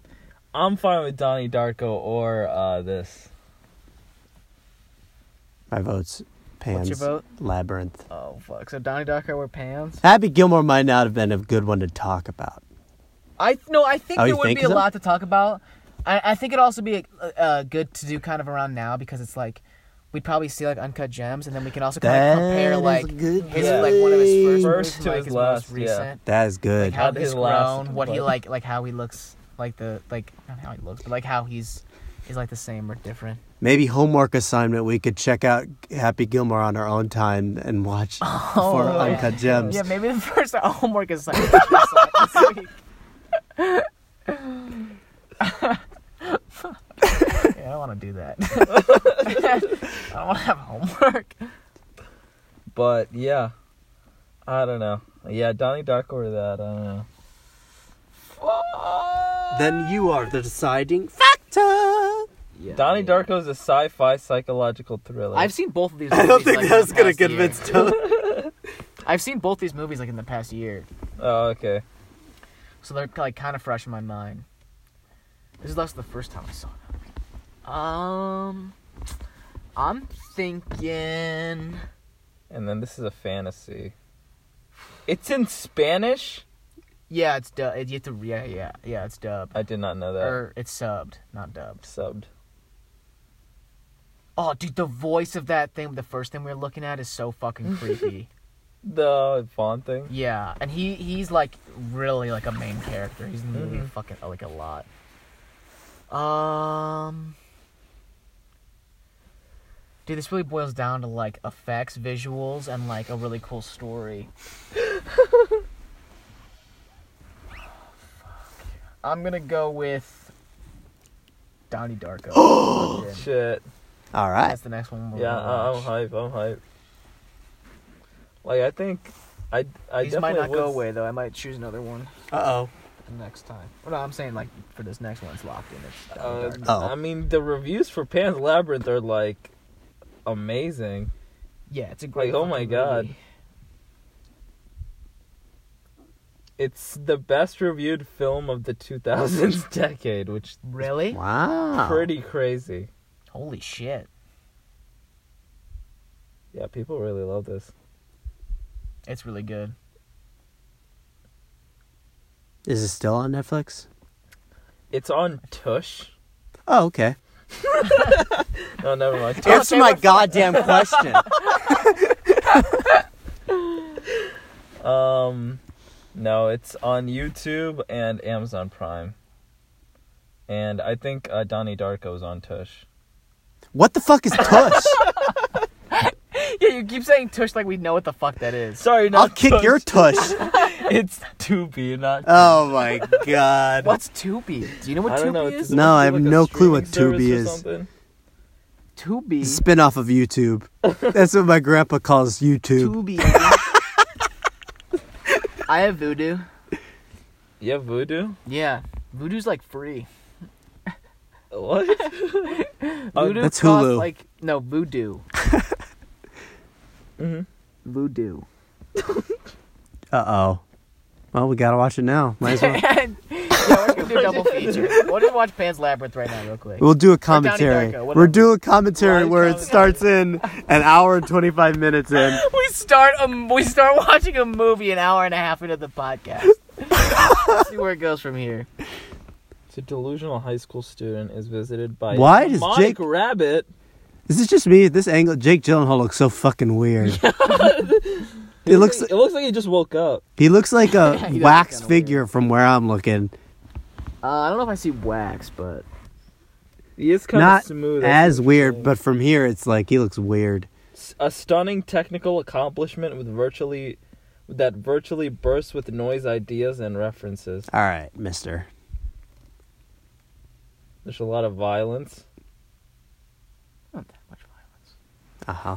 C: I'm fine with Donnie Darko or uh this.
B: My vote's
A: What's
B: Pan's
A: your vote?
B: Labyrinth.
A: Oh fuck! So Donnie Darko were pans.
B: Happy Gilmore might not have been a good one to talk about.
A: I no, I think
B: Oh,
A: there
B: you
A: would
B: think
A: be a
B: so?
A: lot to talk about. I, I think it'd also be uh, good to do kind of around now because it's like we'd probably see like uncut gems, and then we can also kind
B: That
A: of compare
B: is
A: like
B: a good
A: his like one of his
B: point.
A: first, movies
C: First
A: and,
C: to
A: like,
C: his last,
A: most
C: yeah.
A: recent.
B: That is good.
A: like how
C: Not
A: he's
C: his last,
A: grown, what he
C: but-
A: like, like how he looks, like the like not how he looks, but like how he's is like the same or different.
B: Maybe homework assignment we could check out Happy Gilmore on our own time
A: <laughs>
B: and watch for
A: Oh, yeah.
B: Uncut Gems.
A: Yeah, maybe the first <laughs> homework is like this week. <laughs> yeah, I don't want to do that. <laughs> I don't want to have homework.
C: But yeah, I don't know. Yeah, Donnie Darko or that. I don't know.
B: Then you are the deciding factor. I
C: Donnie Darko is a sci-fi psychological
A: <laughs>
C: thriller.
A: I've seen both of these.
B: don't
A: movies,
B: think
A: like, in
B: that's
A: the
B: gonna
A: past year.
B: convince Tom.
A: I've seen both these movies like in the past year,
C: Oh, okay.
A: so they're like kind of fresh in my mind. This is also the first time I saw it. Um, I'm thinking.
C: And then this is a fantasy. It's in Spanish.
A: Yeah, it's dub. You have to. Yeah, yeah, yeah. It's dubbed.
C: I did not know that.
A: Or it's subbed, not dubbed.
C: Subbed.
A: Oh, dude, the voice of that thing, the first thing we were looking at, is so fucking creepy.
C: The Vaughn thing.
A: yeah, and he he's like really like a main character. He's in the movie fucking like a lot. Um, dude, this really boils down to like effects, visuals, and like a really cool story. Oh, I'm gonna go with Donnie Darko. Fuck yeah. Oh
C: Shit.
B: All right.
A: That's the next one. We're
C: Yeah,
A: gonna
C: I, I'm
A: watch.
C: hype. I'm hype. Like I think, I I
A: These might
C: definitely
A: not go
C: would-
A: away though. I might choose another one
B: Uh oh.
A: the next time. Well, no, I'm saying like for this next one, it's locked in. It's Donnie
C: Uh,
A: Darko.
B: Oh.
C: I mean, the reviews for Pan's Labyrinth are like amazing.
A: yeah, it's a great.
C: like, oh my
A: fucking
C: God.
A: movie.
C: It's the best reviewed film of the 2000s <laughs> decade, which is
A: Really?
B: Wow.
C: pretty crazy.
A: Holy shit!
C: Yeah, people really love this.
A: It's really good.
B: Is it still on Netflix?
C: It's on Tush.
B: Oh, okay.
C: No,
B: <laughs>
C: never mind.
B: Answer
A: <laughs>
B: my goddamn question.
C: Um, no, it's on YouTube and Amazon Prime. And I think uh, Donnie Darko's on Tush.
B: What the fuck
A: <laughs>
B: is Tush?
A: <laughs> Yeah, you keep saying Tush like we know what the fuck that is.
C: Sorry, not
B: I'll kick
C: Tush. <laughs>
B: your Tush.
C: it's Tubi, not.
B: Oh
A: <laughs>
B: my god.
A: What's Tubi? Do you know what
C: I
A: Tubi
C: don't know. it's-
A: is?
B: No, I have
C: like a
B: no clue what
C: streaming service
B: Tubi
C: or
B: is.
C: something.
A: Tubi.
B: Spin off of YouTube. That's what my grandpa calls YouTube.
A: Tubi. <laughs> I have Voodoo.
C: You have voodoo?
A: Yeah, Voodoo's like free.
C: What?
A: Voodoo
B: That's
A: costs,
B: Hulu.
A: Like no <laughs> Voodoo. Mm-hmm.
C: Mhm.
A: Voodoo.
B: Uh oh. Well, we gotta watch it now.
A: <laughs>
B: Might as well.
A: yeah, we're gonna do a double feature. We'll just watch Pan's Labyrinth right now, real quick.
B: We'll do a commentary.
A: Darko,
B: We're
A: whatever.
B: doing commentary
A: Live
B: where it
A: commentary.
B: starts in an hour and twenty five
A: <laughs>
B: minutes in.
A: we start a, we start watching a movie an hour and a half into the podcast. Let's see where it goes from here.
C: So delusional high school student is visited by
B: Why
C: a
B: does
C: demonic
B: Jake-
C: rabbit.
B: Is this just me? This angle, Jake Gyllenhaal looks so
A: <laughs>
B: fucking weird. it looks.
C: it looks like he just woke up.
B: He looks
A: <laughs>
B: like
A: He
B: a
A: does look
B: wax
A: kinda
B: figure from where I'm looking.
A: Uh, I don't know if I see wax, but
C: He is kind
B: Not
C: of smooth. that's
B: As
C: what I'm saying.
B: weird, but from here it's like he looks weird.
C: S- a stunning technical accomplishment with virtually that virtually bursts with noise, ideas, and references.
B: All right, Mister.
C: There's a lot of violence.
A: not that much violence.
B: Uh huh.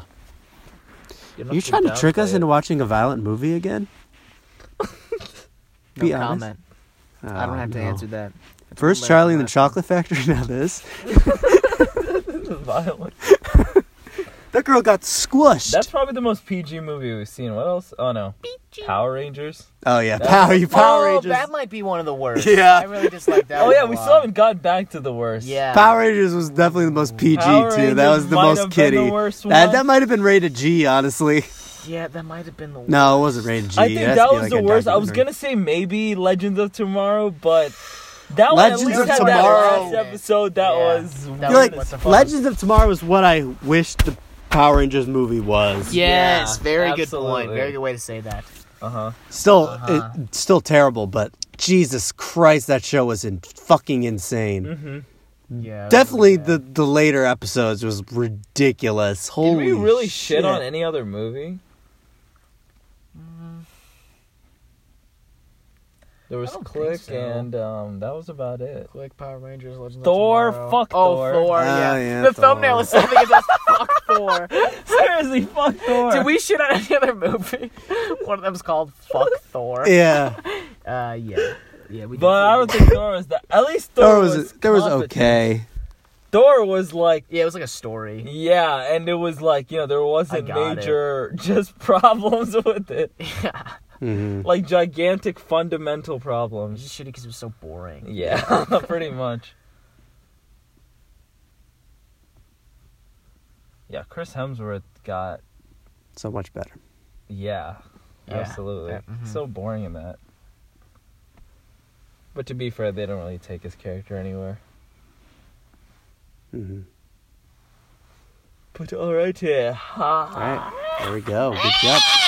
C: You're,
B: You're trying to trick us into watching a violent movie
C: <laughs>
B: again?
A: No
B: Be honest.
A: comment. I don't
B: Oh,
A: have to
B: no.
A: answer that.
B: First
A: left
B: Charlie and the
A: left.
B: Chocolate Factory. <laughs> Now this.
C: <laughs> violence.
B: That girl got squished.
C: That's probably the most PG movie we've seen. What else? Oh no, Power Rangers.
B: oh yeah, Power you Power
A: oh,
B: <laughs> Rangers.
A: that might be one of the worst.
B: Yeah.
A: I really dislike that.
C: Oh
A: one
C: yeah,
A: a
C: we
A: lot.
C: still haven't got back to the worst.
A: Yeah.
B: Power Rangers was definitely the most PG
C: Power
B: too. That
C: Rangers
B: was the
C: might
B: most
C: have been
B: kiddie.
C: the worst
B: that
C: one.
B: that might have been rated G, honestly.
A: Yeah, that might have been the worst.
B: No, it wasn't rated G.
C: I think
B: It has
C: that
B: to be
C: was
B: like
C: the
B: a
C: worst. I was
B: documentary.
C: gonna say maybe Legends of Tomorrow, but that
B: Legends
C: one at
B: of
C: least had
B: Tomorrow.
C: that last episode. That
A: Yeah.
C: was
A: You're
B: You're
A: What the
B: like
A: fuck?
B: Legends of Tomorrow is what I wish the Power Rangers movie was.
A: Yes,
C: Yeah,
A: very good point.
C: absolutely.
A: Very good way to say that.
C: uh huh.
B: Still,
A: Uh-huh.
B: it, still terrible, but Jesus Christ, that show was in fucking insane.
C: Mm-hmm.
A: Mm-hmm. Yeah.
B: Definitely the the later episodes was ridiculous.
C: Did
B: Holy
C: we really
B: shit.
C: shit. on any other movie?
A: Mm.
C: There was
A: don't think
C: Click
A: so.
C: and um, that was about it.
A: Quick Power Rangers Legends.
C: Thor,
A: of Tomorrow.
C: fuck
A: oh,
C: Thor.
A: Thor.
B: Oh,
A: yeah.
B: yeah,
A: the
B: Thor.
A: thumbnail is something that says
C: <laughs>
A: fuck Thor.
C: Seriously, fuck Thor.
A: Did we shit on any other movie? <laughs> One of them's called Fuck Thor.
B: Yeah,
C: <laughs>
A: Uh, yeah. Yeah, we
C: But I
A: definitely
C: don't think Thor was that. At least Thor,
B: there
C: was,
B: was there was
C: competent.
B: okay.
C: Thor was like.
A: did. Yeah, it was like a story.
C: Yeah, and it was like, you know, there wasn't
A: got it.
C: major <laughs> just problems with it.
A: Yeah.
B: Mhm.
C: Like gigantic fundamental
A: It was
C: problems.
A: just shitty because it was so boring.
C: Yeah, <laughs> pretty much. Yeah, Chris Hemsworth got
B: So much better.
C: yeah,
A: Yeah.
C: absolutely.
A: Yeah, mhm.
C: So boring in that. But to be fair, they don't really take his character anywhere.
B: Mhm.
C: But all right, yeah.
B: All right, there we go. Good job.